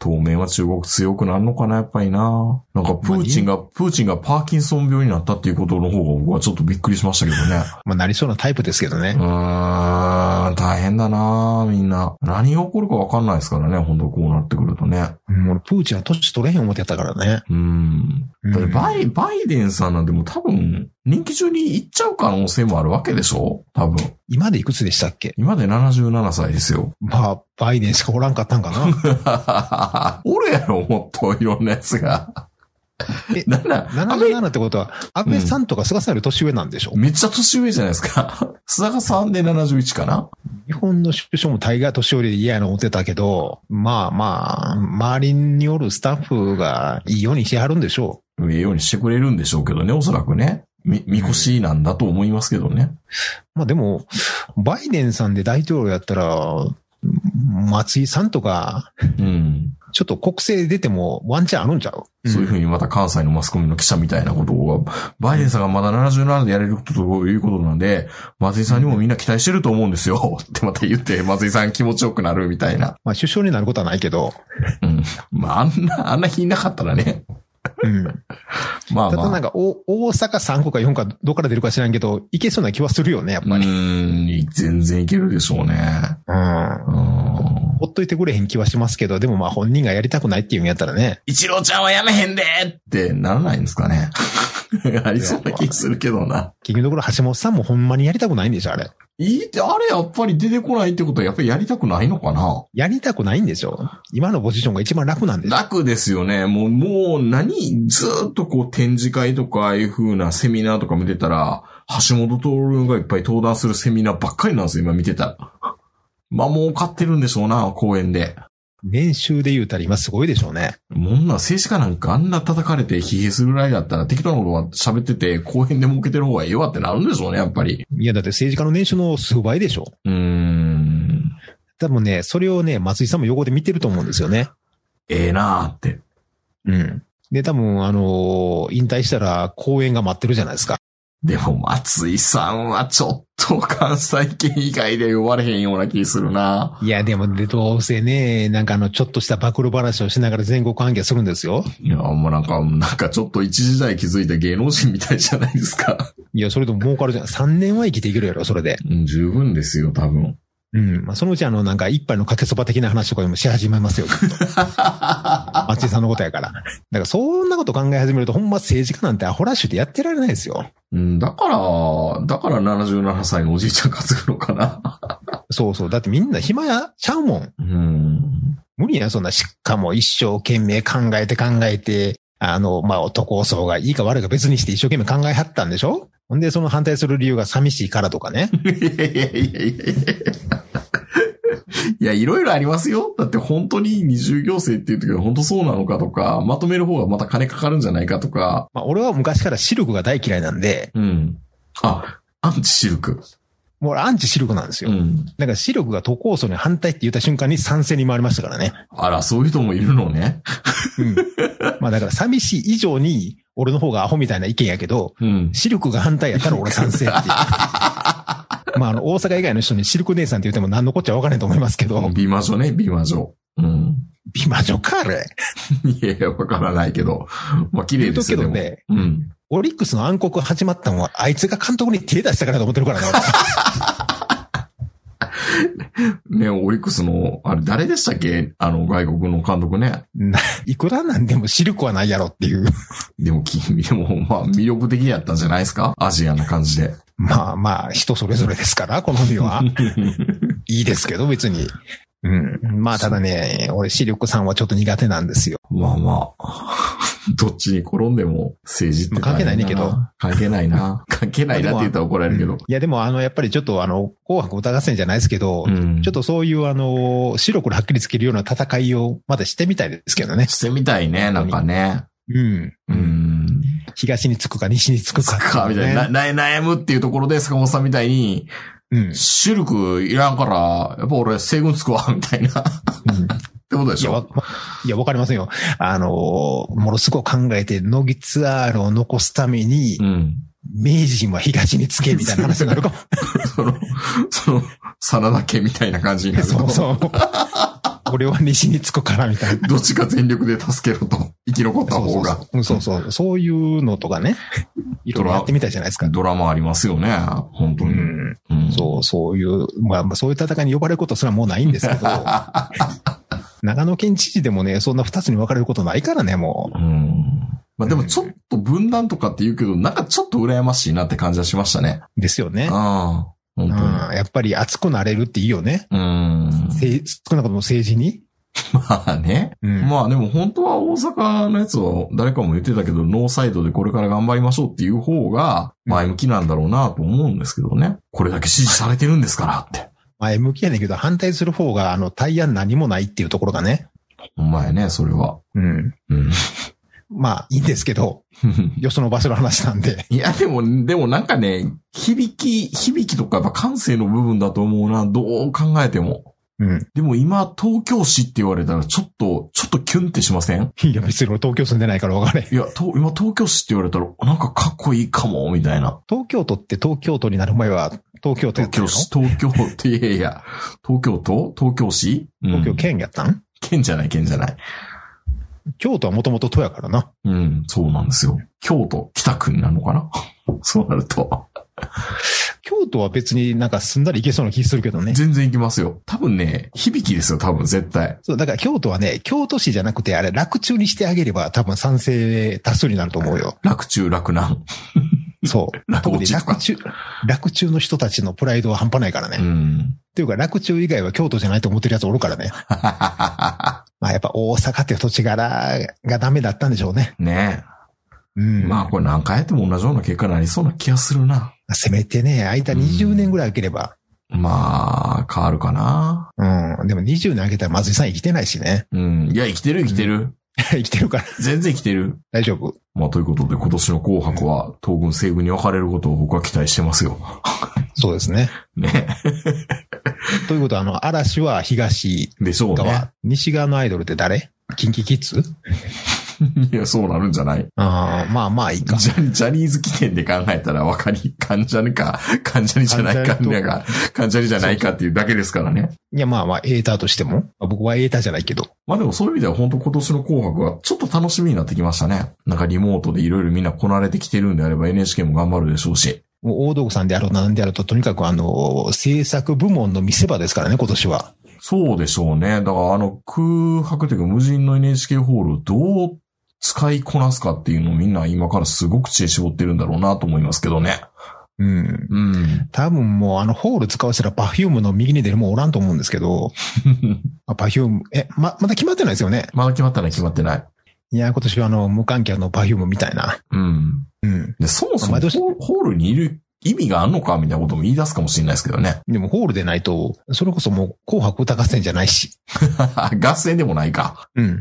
Speaker 3: 当面は中国強くなるのかな、やっぱりな。なんか、プーチンが、プーチンがパーキンソン病になったっていうことの方が僕はちょっとびっくりしましたけどね。
Speaker 4: まあなりそうなタイプですけど
Speaker 3: うー
Speaker 4: ね。
Speaker 3: ん、大変だなみんな。何が起こるかわかんないですからね、本当こうなってくるとね。
Speaker 4: もうプーチンは年取れへん思ってやったからね。
Speaker 3: うん。だって
Speaker 4: うん
Speaker 3: バイ、バイデンさんなんてもう多分、任期中に行っちゃう可能性もあるわけでしょ多分。
Speaker 4: 今でいくつでしたっけ
Speaker 3: 今で77歳です よ。
Speaker 4: まあ、バイデンしかおらんかったんかな。
Speaker 3: おるやろ、もっといろんなやつが。
Speaker 4: え
Speaker 3: なんだ、アメ
Speaker 4: 77ってことは、安倍さんとか菅さんより年上なんでしょ、
Speaker 3: めっちゃ年上じゃないですか。 須坂さんで71かな
Speaker 4: 日本の首相も大概年寄りで嫌やの思ってたけど、まあまあ、周りによるスタッフがいいようにしてはるんでしょ
Speaker 3: ええようにしてくれるんでしょうけどね、おそらくね。み、みこしなんだと思いますけどね。
Speaker 4: う。まあでも、バイデンさんで大統領やったら、松井さんとか、
Speaker 3: うん。
Speaker 4: ちょっと国政出てもワンチャンあるんちゃう、
Speaker 3: そういうふうにまた関西のマスコミの記者みたいなことを、バイデンさんがまだ77でやれることということなんで、松井さんにもみんな期待してると思うんですよ。 ってまた言って、松井さん気持ちよくなるみたいな。
Speaker 4: まあ首相になることはないけど、
Speaker 3: うん。まあ、あんな、あんな日いなかったらね。
Speaker 4: うん。た
Speaker 3: まあ
Speaker 4: だな
Speaker 3: ま
Speaker 4: ん
Speaker 3: あ。
Speaker 4: かお、大阪3個か4かどっから出るか知らんけど、いけそうな気はするよね、やっ
Speaker 3: う
Speaker 4: ぱり。
Speaker 3: ーん、全然いけるでしょうね。
Speaker 4: うん
Speaker 3: うん。
Speaker 4: ほっといてくれへん気はしますけど、でもまあ本人がやりたくないっていうんやったらね。
Speaker 3: 一郎ちゃんはやめへんでってならないんですか ね。ありそうな気するけどな。
Speaker 4: 結局のところ橋本さんもほんまにやりたくないんでしょ、あれ。
Speaker 3: いいって、あれやっぱり出てこないってことはやっぱりやりたくないのかな
Speaker 4: やりたくないんでしょ。今のポジションが一番楽なんでしょ。
Speaker 3: 楽ですよね。もう、もう何、ずーっとこう展示会とかああいう風なセミナーとか見てたら、橋本徹がいっぱい登壇するセミナーばっかりなんですよ、今見てたら。まあ儲かってるんでしょうな、公園で。
Speaker 4: 年収で言うたら今すごいでしょうね。
Speaker 3: もんな、政治家なんかあんな叩かれて疲弊するぐらいだったら適当なことは喋ってて、公園で儲けてる方がええわってなるんでしょうね、やっぱり。
Speaker 4: いや、だって政治家の年収の数倍でしょ。
Speaker 3: うーん。
Speaker 4: 多分ね、それをね、松井さんも横で見てると思うんですよね。
Speaker 3: ええなーって。
Speaker 4: うん。で、多分、あのー引退したら公演が待ってるじゃないですか。
Speaker 3: でも、松井さんはちょっと関西圏以外で呼ばれへんような気するな。
Speaker 4: いや、でも、で、どうせね、なんかあの、ちょっとした暴露話をしながら全国関係するんですよ。
Speaker 3: いや、もうなんか、なんかちょっと一時代気づいた芸能人みたいじゃないですか。
Speaker 4: いや、それでも儲かるじゃん。3年は生きていけるやろ、それで。
Speaker 3: うん、十分ですよ、多分。
Speaker 4: うん。まあ、そのうちあの、なんか一杯のかけそば的な話とかでもし始めますよ。松井さんのことやから。だからそんなこと考え始めると、ほんま政治家なんてアホラッシュでやってられないですよ。
Speaker 3: うん、だから、だから77歳のおじいちゃん担ぐのかな。
Speaker 4: そうそう。だってみんな暇やちゃうもん。
Speaker 3: うん。
Speaker 4: 無理や、そんな。しかも一生懸命考えて考えて、あの、まあ、男層がいいか悪いか別にして一生懸命考えはったんでしょほんで、その反対する理由が寂しいからとかね。
Speaker 3: いやいやいやいや いやいや。いや、いろいろありますよ。だって本当に二重行政って言うときは本当そうなのかとか、まとめる方がまた金かかるんじゃないかとか。
Speaker 4: まあ、俺は昔からシルクが大嫌いなんで、
Speaker 3: うん。あ、アンチシルク。
Speaker 4: もう俺アンチシルクなんです
Speaker 3: う
Speaker 4: よ。
Speaker 3: ん。
Speaker 4: だからシルクが都構想に反対って言った瞬間に賛成に回りましたからね。
Speaker 3: あら、そういう人もいるのね。
Speaker 4: うん。まあだから寂しい以上に、俺の方がアホみたいな意見やけど、
Speaker 3: うん。
Speaker 4: シルクが反対やったら俺賛成っていう。まああの、大阪以外の人にシルク姉さんって言っても何のこっちゃわかんないと思いますけど、
Speaker 3: 美魔女ね、美魔女。うん。
Speaker 4: 美魔女か、あれ。
Speaker 3: いやいや、わからないけど。まあ、綺麗
Speaker 4: 言う
Speaker 3: で
Speaker 4: と
Speaker 3: す
Speaker 4: け
Speaker 3: よで
Speaker 4: ど
Speaker 3: も
Speaker 4: ね、
Speaker 3: うん。
Speaker 4: オリックスの暗黒始まったのは、あいつが監督に手出したからと思ってるからな。
Speaker 3: ね、オリックスの、あれ、誰でしたっけあの、外国の監督ね。
Speaker 4: 俺ないくらなんでもシルクはないやろっていう。
Speaker 3: でも、君でも、まあ、魅力的やったんじゃないですかアジアな感じで。
Speaker 4: まあまあ、人それぞれですから、好 みは。いいですけど、別に。うん。まあ、ただね、俺、シルクさんはちょっと苦手なんですよ。
Speaker 3: まあまあ、どっちに転んでも政治って
Speaker 4: まあ関係ないねんけど。
Speaker 3: 関係ない な。関係ないなって言ったら怒られるけど。
Speaker 4: いや、でも、あの、やっぱりちょっと、あの、紅白歌合戦じゃないですけど、
Speaker 3: うん。
Speaker 4: ちょっとそういう、あの、白黒はっきりつけるような戦いをまだしてみたいですけどね。
Speaker 3: してみたいね、なんかね。
Speaker 4: うん。
Speaker 3: うん。
Speaker 4: 東につくか西につくか、
Speaker 3: か、みたいな。。な悩むっていうところで、坂本さんみたいに、
Speaker 4: うん。
Speaker 3: シルクいらんから、やっぱ俺西軍つくわ、みたいな。 って
Speaker 4: う
Speaker 3: こ
Speaker 4: ん
Speaker 3: とで
Speaker 4: い
Speaker 3: し
Speaker 4: や、
Speaker 3: ょ
Speaker 4: わ、いや、わかりませんよ。あの、ものすごく考えて、乃木ツアーを残すために、
Speaker 3: ん。
Speaker 4: 明治人は東につけ、みたいな話になるかも。
Speaker 3: その、その、真田家みたいな感じになる
Speaker 4: そうそう。俺は西につくから、みたいな。
Speaker 3: どっちか全力で助けろと、生き残った
Speaker 4: そうそ
Speaker 3: 方
Speaker 4: う
Speaker 3: が
Speaker 4: そ。ううん。そうそう。そういうのとかね。いろいろやってみたいじゃないですか。
Speaker 3: ドラマありますよね、本当
Speaker 4: う
Speaker 3: に。
Speaker 4: ん。
Speaker 3: うん
Speaker 4: そう、そういう、まあまあ、そういう戦いに呼ばれることすらもうないんですけ ど、長野県知事でもね、そんな二つに分かれることないからね、も
Speaker 3: うん。まあでもちょっと分断とかって言うけど、なんかちょっと羨ましいなって感じはしましたね。
Speaker 4: う。ですよね。
Speaker 3: ああ、
Speaker 4: うん、
Speaker 3: 本
Speaker 4: やっぱり熱くなれるっていいよね。
Speaker 3: 当に。 うん。
Speaker 4: せい少なくとも政治に。
Speaker 3: まあね。
Speaker 4: うん。
Speaker 3: まあでも本当は大阪のやつは誰かも言ってたけど、ノーサイドでこれから頑張りましょうっていう方が前向きなんだろうなと思うんですけどね。これだけ支持されてるんですからって。
Speaker 4: 前向きやねんけど、反対する方が、あの、対案何もないっていうところがね。
Speaker 3: ほんまやね、それは。
Speaker 4: うん。
Speaker 3: うん。
Speaker 4: まあ、いいんですけど、よその場所の話なんで。
Speaker 3: いや、でも、でもなんかね、響き、響きとかやっぱ感性の部分だと思うな、どう考えても。
Speaker 4: うん。
Speaker 3: でも今、東京市って言われたら、ちょっと、ちょっとキュンってしません
Speaker 4: いや、別に俺東京住んでないから分かれへん。
Speaker 3: いや、と今東京市って言われたら、なんかかっこいいかも、みたいな。
Speaker 4: 東京都って東京都になる前は、東京都や
Speaker 3: 東
Speaker 4: ったの
Speaker 3: 京市、東京って、いやいや、東京都東京市、うん
Speaker 4: 東京県やったん
Speaker 3: 県じゃない、県じゃない。
Speaker 4: 京都はもともと都やからな。
Speaker 3: うん、そうなんですよ。京都、北区になるのかな そうなると。
Speaker 4: 京都は別になんか住んだり行けそうな気するけどね。
Speaker 3: 全然行きますよ。多分ね、響きですよ、多分、絶対。
Speaker 4: そう、だから京都はね、京都市じゃなくて、あれ、楽中にしてあげれば多分賛成多数になると思うよ。
Speaker 3: 楽中、楽南。
Speaker 4: そう。
Speaker 3: 楽
Speaker 4: 特
Speaker 3: 落
Speaker 4: に
Speaker 3: ちと
Speaker 4: 楽
Speaker 3: か。
Speaker 4: 中、楽中の人たちのプライドは半端ないからね。
Speaker 3: う
Speaker 4: っ
Speaker 3: ん。
Speaker 4: ていうか、楽中以外は京都じゃないと思ってるやつおるからね。まあやっぱ大阪っていう土地柄がダメだったんでしょうね。
Speaker 3: ね
Speaker 4: うん
Speaker 3: え。。まあ、これ何回やっても同じような結果になりそうな気がするな。
Speaker 4: せめてね、間20年ぐらい空ければ。
Speaker 3: まあ、変わるかな。
Speaker 4: うん。でも20年空けたら松井さん生きてないしね。
Speaker 3: うん。いや、生きてる、生きてる。
Speaker 4: 生きてるから
Speaker 3: 全然生きてる。
Speaker 4: 大丈夫。
Speaker 3: まあ、ということで、今年の紅白は、東軍、西軍に分かれることを僕は期待してますよ。
Speaker 4: そうですね。
Speaker 3: ね。
Speaker 4: ということは、あの、嵐は東
Speaker 3: でしょう
Speaker 4: 側、
Speaker 3: ね。
Speaker 4: 西側のアイドルって誰キンキキッズ
Speaker 3: いや、そうなるんじゃない
Speaker 4: ああ、まあまあいい
Speaker 3: ジ
Speaker 4: か。
Speaker 3: ャジャニーズ起点で考えたら分かり、関ジャニか、関ジャニじゃないか、
Speaker 4: 関ジャニと
Speaker 3: なんか、関ジャニじゃないかっていうだけですからね。
Speaker 4: いやまあまあ、エーターとしても。まあ僕はエーターじゃないけど。
Speaker 3: まあでもそういう意味では本当今年の紅白はちょっと楽しみになってきましたね。なんかリモートでいろいろみんなこなれてきてるんであれば NHK も頑張るでしょうし、
Speaker 4: もう大道具さんであろうなんであろうと、とにかくあの、制作部門の見せ場ですからね、今年は。
Speaker 3: そうでしょうね。だからあの空白というか無人の NHK ホールをどう使いこなすかっていうのをみんな今からすごく知恵絞ってるんだろうなと思いますけどね。
Speaker 4: うん。
Speaker 3: うん。
Speaker 4: 多分もうあのホール使わせたらパフュームの右に出るもんおらんと思うんですけど、パフューム、え、ま、まだ決まってないですよね。
Speaker 3: まだ決まってない決まってない。
Speaker 4: いや、今年はあの、無観客のパフュームみたいな。
Speaker 3: うん。
Speaker 4: うん。
Speaker 3: で、そもそも
Speaker 4: 毎年
Speaker 3: ホホールにいる意味があるのかみたいなことも言い出すかもしれないですけどね。
Speaker 4: でもホールでないと、それこそもう紅白歌合戦じゃないし。
Speaker 3: 合戦でもないか。
Speaker 4: うん。
Speaker 3: うん。っ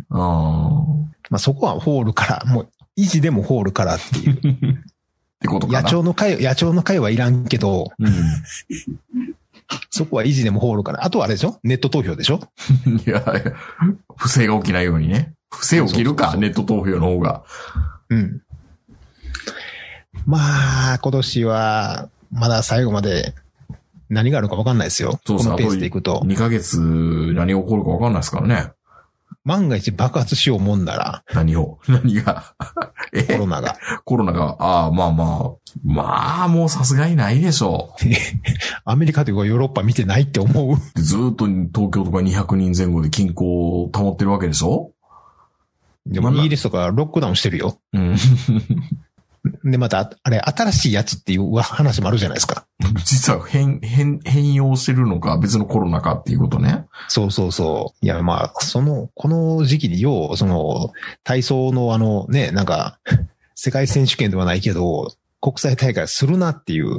Speaker 4: まあ、そこはホールから、もう、維持でもホールからっていう。
Speaker 3: てことかな。
Speaker 4: 野鳥の会、野鳥の会はいらんけど、
Speaker 3: うん。
Speaker 4: そこは維持でもホールから。あとはあれでしょネット投票でしょ
Speaker 3: いや、いや不正が起きないようにね。不正起きるか、
Speaker 4: そうそうそう
Speaker 3: ネット投票の方が。
Speaker 4: うん。まあ、今年は、まだ最後まで何があるか分かんないですよ。
Speaker 3: そう
Speaker 4: こ
Speaker 3: そう
Speaker 4: のペースでいくと。
Speaker 3: 2ヶ月何が起こるか分かんないですからね。
Speaker 4: 万が一爆発しようもんなら、
Speaker 3: 何を。 何が。
Speaker 4: コ
Speaker 3: え
Speaker 4: ロナが。
Speaker 3: コロナが、ああ、まあまあ。まあ、もうさすがにないでしょう。
Speaker 4: アメリカというかヨーロッパ見てないって思う。
Speaker 3: でずーっと東京とか200人前後で均衡を保ってるわけでしょ
Speaker 4: でもイギリスとかロックダウンしてるよ。
Speaker 3: うん。
Speaker 4: で、また、あれ、新しいやつっていう話もあるじゃないですか。
Speaker 3: 実は変、変、変容してるのか、別のコロナかっていうことね。
Speaker 4: そうそうそう。いや、まあ、その、この時期によう、その、体操のあの、ね、なんか、世界選手権ではないけど、国際大会するなっていう。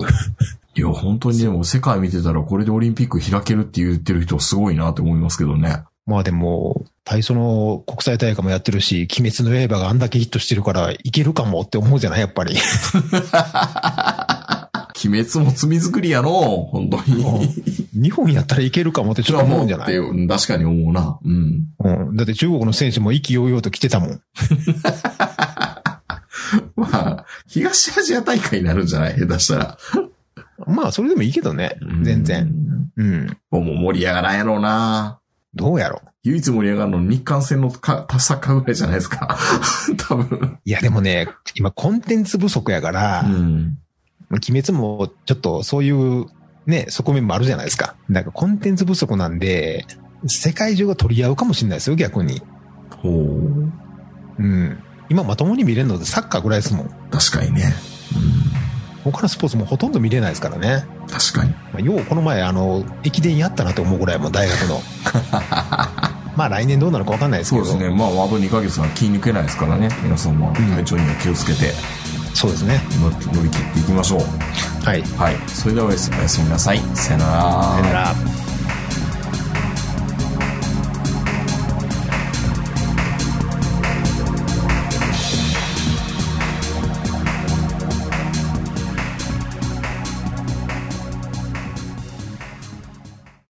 Speaker 3: いや、本当にでも世界見てたらこれでオリンピック開けるって言ってる人すごいなって思いますけどね。
Speaker 4: まあでも、体操の国際大会もやってるし、鬼滅の刃があんだけヒットしてるから、いけるかもって思うじゃないやっ ぱり。
Speaker 3: 鬼滅も罪作りやの、本当に。
Speaker 4: 日本やったらいけるかもってちょっと思うんじゃない、
Speaker 3: って確かに思うな。うん。
Speaker 4: うん、だって中国の選手も意気揚々と来てたもん。
Speaker 3: まあ、東アジア大会になるんじゃない下手したら。
Speaker 4: まあ、それでもいいけどね。全然。うん。
Speaker 3: うん。もう盛り上がらんやろうな。
Speaker 4: どうやろう。
Speaker 3: 唯一盛り上がるの日韓戦のかサッカーぐらいじゃないですか。 多分。
Speaker 4: いや、でもね、今コンテンツ不足やから、
Speaker 3: ん。
Speaker 4: 鬼滅もちょっとそういうね、側面もあるじゃないですか。なんかコンテンツ不足なんで、世界中が取り合うかもしれないですよ、逆に。
Speaker 3: ほう。
Speaker 4: うん。今まともに見れるのってサッカーぐらいですもん。
Speaker 3: 確かにね。
Speaker 4: 他のスポーツもほとんど見れないですからね。
Speaker 3: うん。確かに。
Speaker 4: まあ、ようこの前、あの、駅伝やったなと思うぐらいもん大学 の。まあ来年どうなるかわかんないですけ
Speaker 3: そう
Speaker 4: ど。
Speaker 3: ですね。まあ、あと2ヶ月は気抜けないですからね。皆さんも体調には気をつけて
Speaker 4: そうですね。
Speaker 3: 乗り乗り切っていきましょう。
Speaker 4: はい。
Speaker 3: はい。それではおやすみなさい。さよなら。
Speaker 4: さよなら。